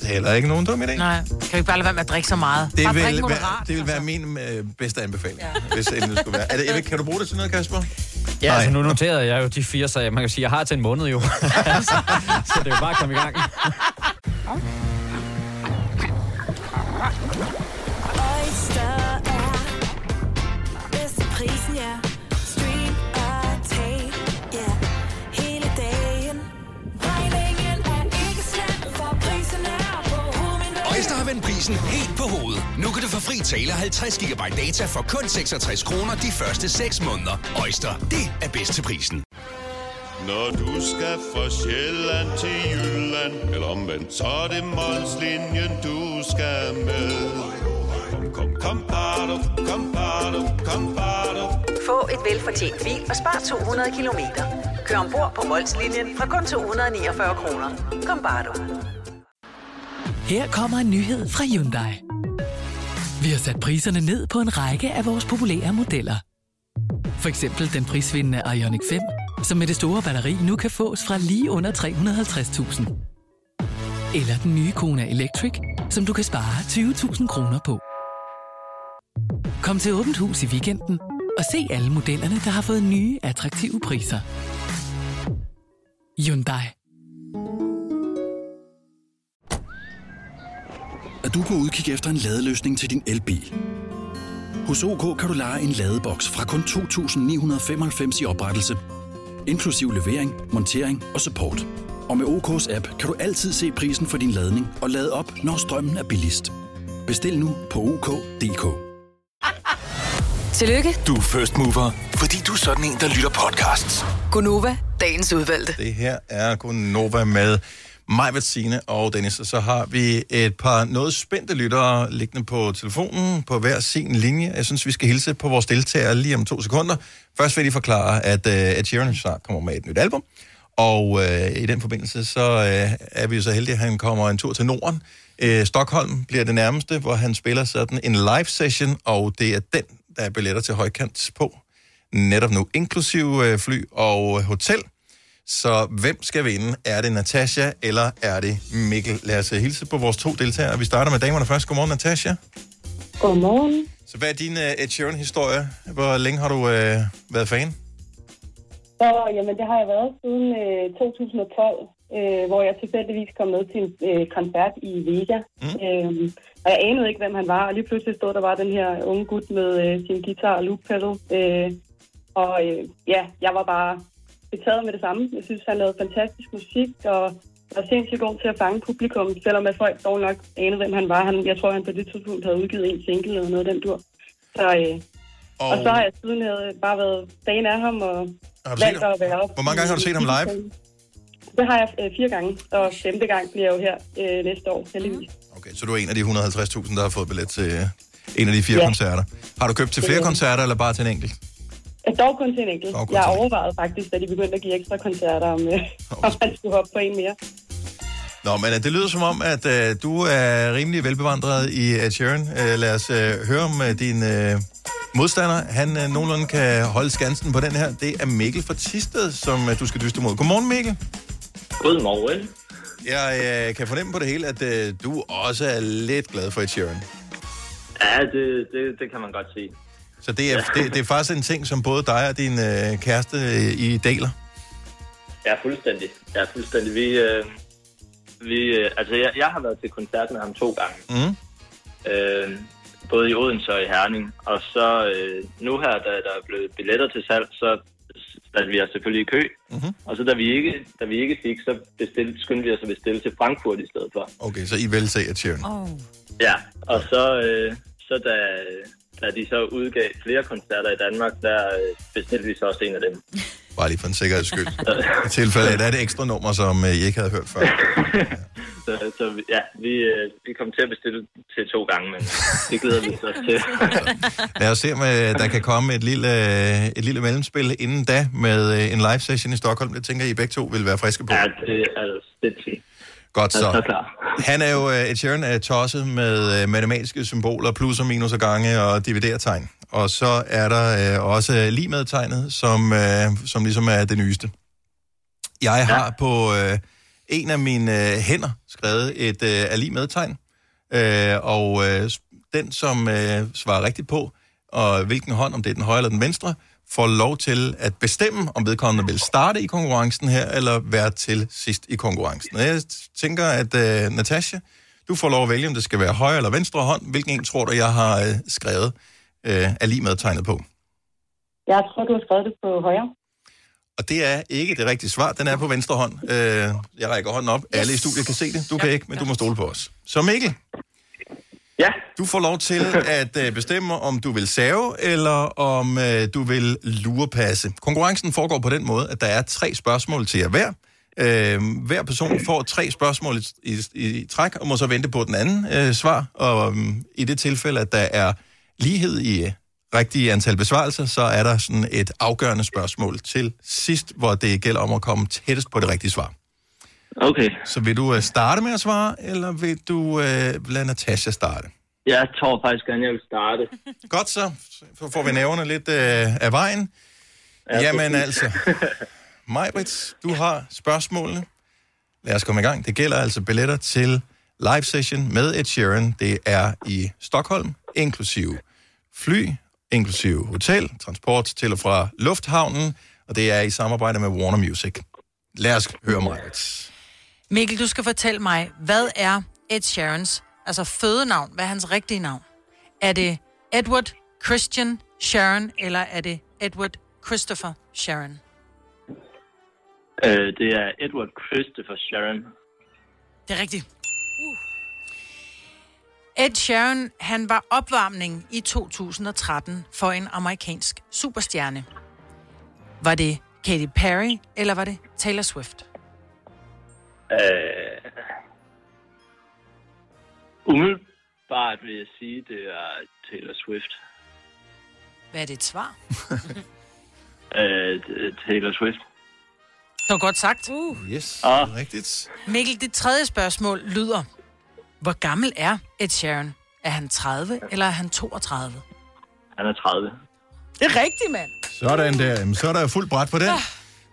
Det er heller ikke nogen dum idé.
Nej, kan vi ikke bare lade være med at drikke så meget?
Det
bare
vil,
drikke
være,
moderat. altså.
det vil være min øh, bedste anbefaling, ja. hvis endelig det skulle være. Er det, jeg ved ikke, kan du bruge det til noget, Kasper?
Ja, altså nu noterede jeg jo de fire, så man kan sige, jeg har til en måned jo. så, så det er jo bare at komme i gang.
Oyster er bedst til prisen, ja. Stream og tag, ja. Hele dagen. Regningen er ikke slem, for prisen er på hovedet.
Øjster har vendt prisen helt på hovedet. Nu kan du få fri tale 50 GB data for kun 66 kroner de første 6 måneder. Øjster, det er bedst til prisen.
Når du skal fra Sjælland til Jylland Eller omvendt, så er det Molslinjen, du skal med Kom, kom, kom, bado, kom, bado, kom, bado.
Få et velfortjent bil og spar 200 kilometer. Kør ombord på Molslinjen fra kun 249 kroner. Kom bare du.
Her kommer en nyhed fra Hyundai. Vi har sat priserne ned på en række af vores populære modeller. For eksempel den prisvindende Ioniq 5, som med det store batteri nu kan fås fra lige under 350.000. Eller den nye Kona Electric, som du kan spare 20.000 kroner på. Kom til Åbent Hus i weekenden og se alle modellerne, der har fået nye, attraktive priser. Hyundai.
Er du på udkig efter en ladeløsning til din elbil? Hos OK kan du lege en ladeboks fra kun 2.995 i oprettelse, inklusiv levering, montering og support. Og med OK's app kan du altid se prisen for din ladning og lade op, når strømmen er billigst. Bestil nu på OK.dk.
Tillykke,
Du er first mover, fordi du er sådan en, der lytter podcasts.
Gunova, dagens udvalgte.
Det her er kun Nova med mig, Bettine og Dennis. Og så har vi et par noget spændte lyttere liggende på telefonen på hver sin linje. Jeg synes, vi skal hilse på vores deltagere lige om to sekunder. Først vil de forklare, at uh, Ed Sheeran snart kommer med et nyt album. Og uh, i den forbindelse, så uh, er vi jo så heldige, at han kommer en tur til Norden. Uh, Stockholm bliver det nærmeste, hvor han spiller sådan en live session, og det er den, der er billetter til højkant på netop nu, inklusive øh, fly og øh, hotel. Så hvem skal vinde? Er det Natasha, eller er det Mikkel? Lad os øh, hilse på vores to deltagere. Vi starter med damerne først. Godmorgen, Natasha.
Godmorgen.
Så hvad er din øh, Ed Sheeran-historie? Hvor længe har du øh, været fan?
Så, jamen, det har jeg været siden øh, 2012, øh, hvor jeg tilfældigvis kom med til en øh, koncert i Vega. Mm. Øh, og jeg anede ikke, hvem han var, og lige pludselig stod der bare den her unge gut med øh, sin guitar og loop pedal. Øh, og øh, ja, jeg var bare betaget med det samme. Jeg synes, han lavede fantastisk musik, og var sindssygt god til at fange publikum, selvom at folk dog nok anede, hvem han var. Han, jeg tror, han på det tidspunkt havde udgivet en single eller noget af den dur. Så, øh, og... og så har jeg siden havde bare været fan af ham, og
Har du
valgt
set ham?
at være op.
Hvor mange gange har du set ham live?
Det har jeg øh, fire gange, og femte gang bliver jeg jo her øh, næste år, heldigvis.
Okay, så du er en af de 150.000, der har fået billet til øh, en af de fire
Ja.
ja. koncerter. Har du købt til flere koncerter, eller bare til en enkelt?
Øh, Dog kun til en enkelt.
Dog kun
Jeg
til en
overvejede faktisk, da de begyndte at give ekstra koncerter, om, øh, om man skulle hoppe på en mere.
Nå, men øh, det lyder som om, at øh, du er rimelig velbevandret i Ed Sheeran. Øh, lad os øh, høre om øh, din øh, modstander. Han øh, nogenlunde kan holde skansen på den her. Det er Mikkel fra Tisted, som øh, du skal dyste mod. Godmorgen, Mikkel.
Godmorgen.
Jeg øh, kan fornemme på det hele, at øh, du også er lidt glad for Ed Sheeran.
Ja, det, det, det kan man godt se.
Så det er, det, det er faktisk en ting, som både dig og din øh, kæreste øh, I deler.
Ja, fuldstændig. Ja, fuldstændig. Vi, øh, vi, øh, altså, jeg, jeg har været til koncert med ham to gange.
Mm.
Øh, både i Odense og i Herning. Og så øh, nu her, da der er blevet billetter til salg, så satte vi os selvfølgelig i kø.
Mm-hmm.
Og så da vi ikke, da vi ikke fik, så bestilte, skyndte vi os at bestille til Frankfurt i stedet for.
Okay, så I vil se Ed Sheeran.
Oh. Ja, og så, øh, så da, da de så udgav flere koncerter i Danmark, der øh, bestilte vi så også en af dem.
Bare lige for en sikkerheds skyld. I tilfælde af, at der er et ekstra nummer, som øh, I ikke havde hørt før.
Så, så vi- ja, vi, øh, vi kom til at bestille til to gange, men det glæder vi os også til.
Lad os se, om øh, der kan komme et lille, øh, et lille mellemspil inden da med øh, en live session i Stockholm. Det tænker I begge to vil være friske på. Ja,
det er sindssygt.
Godt
Jeg er så
så. Han er jo, øh, Ed Sheeran er tosset med øh, matematiske symboler, plus og minus og gange og dividertegn. Og så er der øh, også lige med tegnet, som, øh, som ligesom er det nyeste. Jeg har på øh, en af mine øh, hænder skrevet et øh, er lige med tegn. Øh, og øh, s- den, som øh, svarer rigtigt på, og hvilken hånd, om det er den højre eller den venstre, får lov til at bestemme, om vedkommende vil starte i konkurrencen her, eller være til sidst i konkurrencen. Og jeg tænker, at øh, Natasha, du får lov at vælge, om det skal være højre eller venstre hånd. Hvilken en tror du, jeg har øh, skrevet øh, er lige med tegnet på?
Jeg tror, du har skrevet det på højre.
Og det er ikke det rigtige svar. Den er på venstre hånd. Øh, jeg rækker hånden op. Alle i studiet kan se det. Du kan ikke, men du må stole på os. Så Mikkel.
Ja.
Du får lov til at øh, bestemme, om du vil save, eller om øh, du vil lurepasse. Konkurrencen foregår på den måde, at der er tre spørgsmål til jer hver. Øh, hver person får tre spørgsmål i, i, i træk, og må så vente på den anden øh, svar. Og øh, i det tilfælde, at der er lighed i øh, rigtige antal besvarelser, så er der sådan et afgørende spørgsmål til sidst, hvor det gælder om at komme tættest på det rigtige svar.
Okay.
Så vil du øh, starte med at svare, eller vil du øh, lade Natasha starte?
Jeg tror faktisk gerne, jeg vil starte.
Godt så. Så får vi nævnerne lidt øh, af vejen.
Ja,
Ja, Jamen
præcis.
altså, Majbrits, du har spørgsmålene. Lad os komme i gang. Det gælder altså billetter til live session med Ed Sheeran. Det er i Stockholm, inklusive fly, inklusive hotel, transport til og fra lufthavnen, og det er i samarbejde med Warner Music. Lad os høre Margaret.
Mikkel, du skal fortælle mig, hvad er Ed Sheerans, altså fødenavn, hvad er hans rigtige navn? Er det Edward Christian Sharon, eller er det Edward Christopher Sharon?
Øh, det er Edward Christopher Sharon.
Det er rigtigt. Uh. Ed Sheeran, han var opvarmning i 2013 for en amerikansk superstjerne. Var det Katy Perry, eller var det Taylor Swift?
Øh, umiddelbart vil jeg sige, det er Taylor Swift.
Hvad er dit svar?
Øh, det- Taylor Swift.
Det var godt sagt. Uh.
Yes,
ah.
rigtigt.
Mikkel, dit tredje spørgsmål lyder, hvor gammel er Ed Sheeran? Er han 30, eller er han 32?
Han er 30.
Det er rigtigt, mand.
Sådan der. Jamen, så er der fuld bræt på den.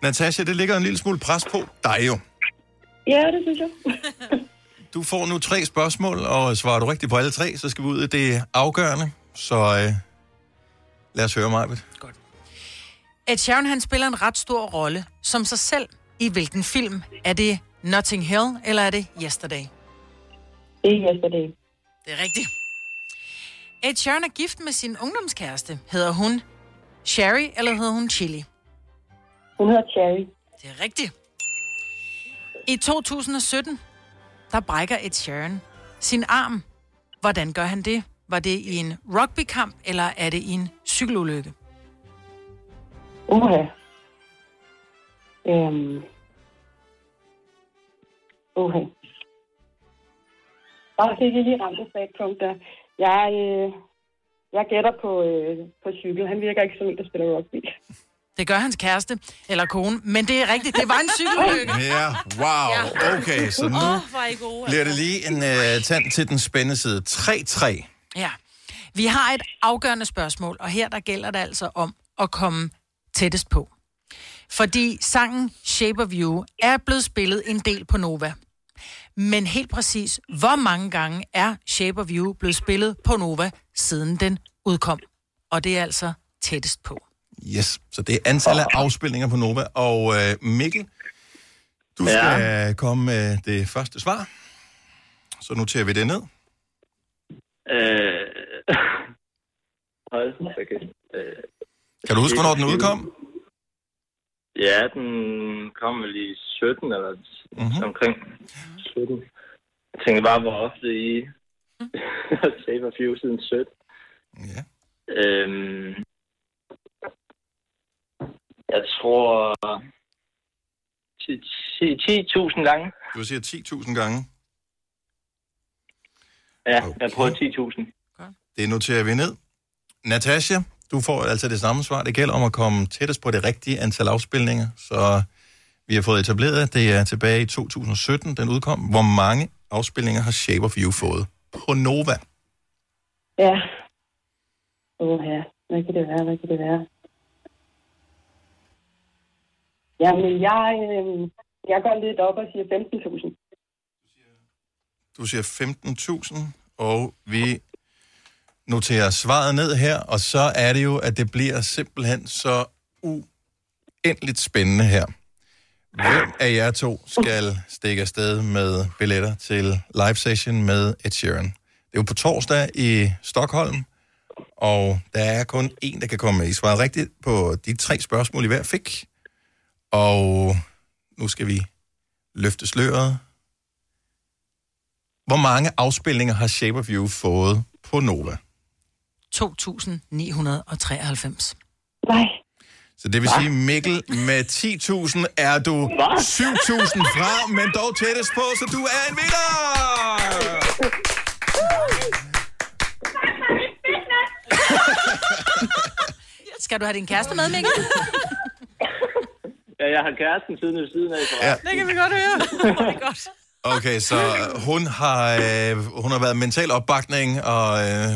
Natasha, det ligger en lille smule pres på dig jo.
Ja, det synes jeg.
Du får nu tre spørgsmål, og svarer du rigtigt på alle tre, så skal vi ud i det afgørende. Så øh, lad os høre, Majbet.
Ed Sheeran, han spiller en ret stor rolle som sig selv. I hvilken film? Er det Notting Hill, eller er det Yesterday?
Det er yesterday.
Det er rigtigt. Ed Sheeran er gift med sin ungdomskæreste. Hedder hun Sherry, eller hedder hun Chili?
Hun hedder Cherry.
Det er rigtigt. I 2017, der brækker Ed Sheeran sin arm. Hvordan gør han det? Var det i en rugbykamp, eller er det i en cykelulykke?
Uha. Øhm. Uha. Og det er lige ramt et svagt punkt der. Jeg, øh, jeg gætter på, øh, på cykel. Han virker ikke som en, der spiller rugby.
Det gør hans kæreste, eller kone. Men det er rigtigt, det var en cykelulykke.
Ja, wow. Okay, så nu
Åh, hvor er I gode, altså.
bliver det lige en øh, tand til den spændende side. 3-3.
Ja. Vi har et afgørende spørgsmål, og her der gælder det altså om at komme tættest på. Fordi sangen Shape of You er blevet spillet en del på Nova. Men helt præcis, hvor mange gange er Shape of You blevet spillet på Nova, siden den udkom? Og det er altså tættest på.
Yes, så det er antallet af afspilninger på Nova. Og øh, Mikkel, du
Ja.
skal komme med det første svar. Så noterer vi det ned.
Øh, hold da kæft. Øh,
Kan du huske, hvornår den udkom?
ja, den kom vel i 17 eller mm-hmm. omkring 17. Jeg tænker bare, hvor ofte I har taget Few siden 17. Ja. Øhm, jeg tror 10.000 gange.
Du siger 10.000 gange.
Ja, okay. jeg prøver 10.000.
Det noterer vi ned. Natasha, du får altså det samme svar. Det gælder om at komme tættest på det rigtige antal afspilninger. Så vi har fået etableret, at det er tilbage i 2017, den udkom. Hvor mange afspilninger har Shape of You fået på Nova?
Ja. Uha. Hvad kan det være? Hvad kan det være? Jamen, jeg, øh, jeg går lidt op og siger 15.000.
Du siger 15.000, og vi noterer svaret ned her, og så er det jo, at det bliver simpelthen så uendeligt spændende her. Hvem af jer to skal stikke afsted med billetter til live session med Ed Sheeran? Det er jo på torsdag i Stockholm, og der er kun én, der kan komme med. I svarede rigtigt på de tre spørgsmål, I hver fik. Og nu skal vi løfte sløret hvor mange afspilninger har Shape of You fået på Nova?
2.993.
Nej.
Så det vil sige, Mikkel, med 10.000 er du 7.000 fra, men dog tættest på, så du er en vinder!
Skal du have din kæreste med, Mikkel?
Ja, jeg har kæresten siden ved siden af.
Ja.
Det kan vi godt høre. Det er godt.
Okay, så hun har, øh, hun har været mental opbakning og, øh,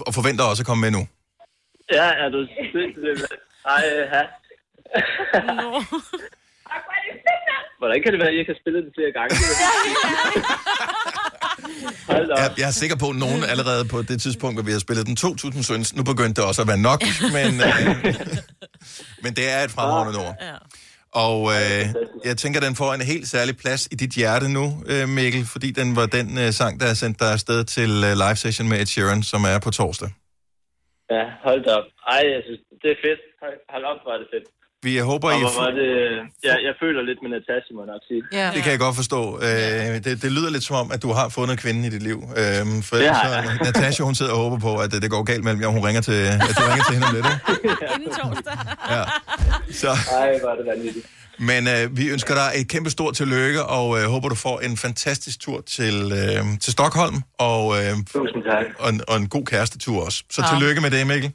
og forventer også at komme med nu.
Ja, er du sindssygt? Ej, ha. Hvordan kan det være, at I ikke har spillet det flere gange?
Jeg, jeg er sikker på, at nogen
Mm.
allerede på det tidspunkt, hvor vi har spillet den 2000 søns, nu begyndte det også at være nok, men, øh, men det er et fremragende ord. Og øh, jeg tænker, den får en helt særlig plads i dit hjerte nu, øh, Mikkel, fordi den var den øh, sang, der sendte dig afsted til øh, live session med Ed Sheeran, som er på torsdag.
Ja, hold da op. Ej, jeg synes, det er fedt. Hold- Hold op, hvor er det fedt.
Vi jeg håber,
Og
I...
hvor var det... Jeg, jeg føler lidt med Natasha, må jeg nok sige.
Ja. Det kan jeg godt forstå. Øh, det, det lyder lidt som om, at du har fundet kvinden i dit liv. Øh, for
Det
ellers
har
så,
jeg.
Natasha, hun sidder og håber på, at øh, det går galt mellem jer, og hun ringer til, at du ringer til hende om lidt. Ikke?
Inden torsdag.
Ja. Så.
Ej, hvor er det vanvittigt.
Men øh, vi ønsker dig et kæmpe stort tillykke, og øh, håber, du får en fantastisk tur til, øh, til Stockholm, og, øh, og, en, og en god kærestetur også. Så
Ja.
ja. tillykke med det, Mikkel.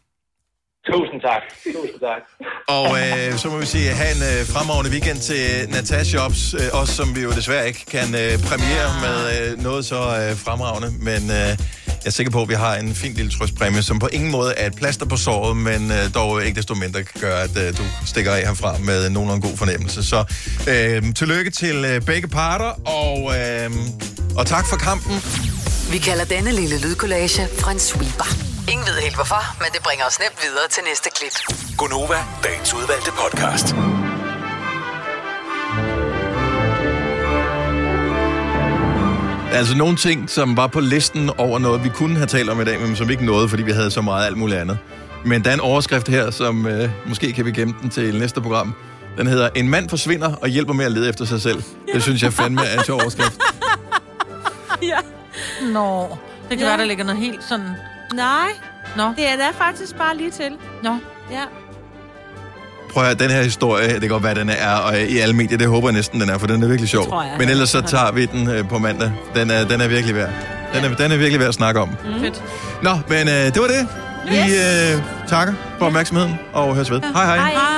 Tusind tak. Tusind tak.
Og øh, så må vi sige, have en øh, fremragende weekend til Natasha Jobs, øh, også som vi jo desværre ikke kan øh, premiere med øh, noget så øh, fremragende, men øh, jeg er sikker på, at vi har en fin lille trøstpræmie, som på ingen måde er et plaster på såret, men øh, dog ikke desto mindre kan gøre, at øh, du stikker af herfra med nogenlunde god fornemmelse. Så øh, tillykke til øh, begge parter, og, øh, og tak for kampen.
Vi kalder denne lille lydkollage en sweeper. Ingen ved helt hvorfor, men det bringer os nemt videre til næste klip.
Gunova, dagens udvalgte podcast.
Der er altså nogle ting, som var på listen over noget, vi kunne have talt om i dag, men som vi ikke nåede, fordi vi havde så meget alt muligt andet. Men der er en overskrift her, som øh, måske kan vi gemme den til næste program. Den hedder, en mand forsvinder og hjælper med at lede efter sig selv. Det synes jeg fandme er en sjov overskrift.
ja.
Nå, det kan
Ja.
ja. være, der ligger noget helt sådan...
Nej,
Nå.
det er der faktisk bare lige til.
Nå.
Ja.
Prøv at høre, den her historie, det kan godt være, den er og, øh, i alle medier. Det håber jeg næsten, den er, for den er virkelig sjov.
tror jeg.
Men ellers så tager vi den øh, på mandag. Den er, den er virkelig værd. Den er, den er virkelig værd at snakke om.
Mm. Fedt.
Nå, men øh, det var det. Vi øh, takker for opmærksomheden og høres ved. Hej hej.
Hej.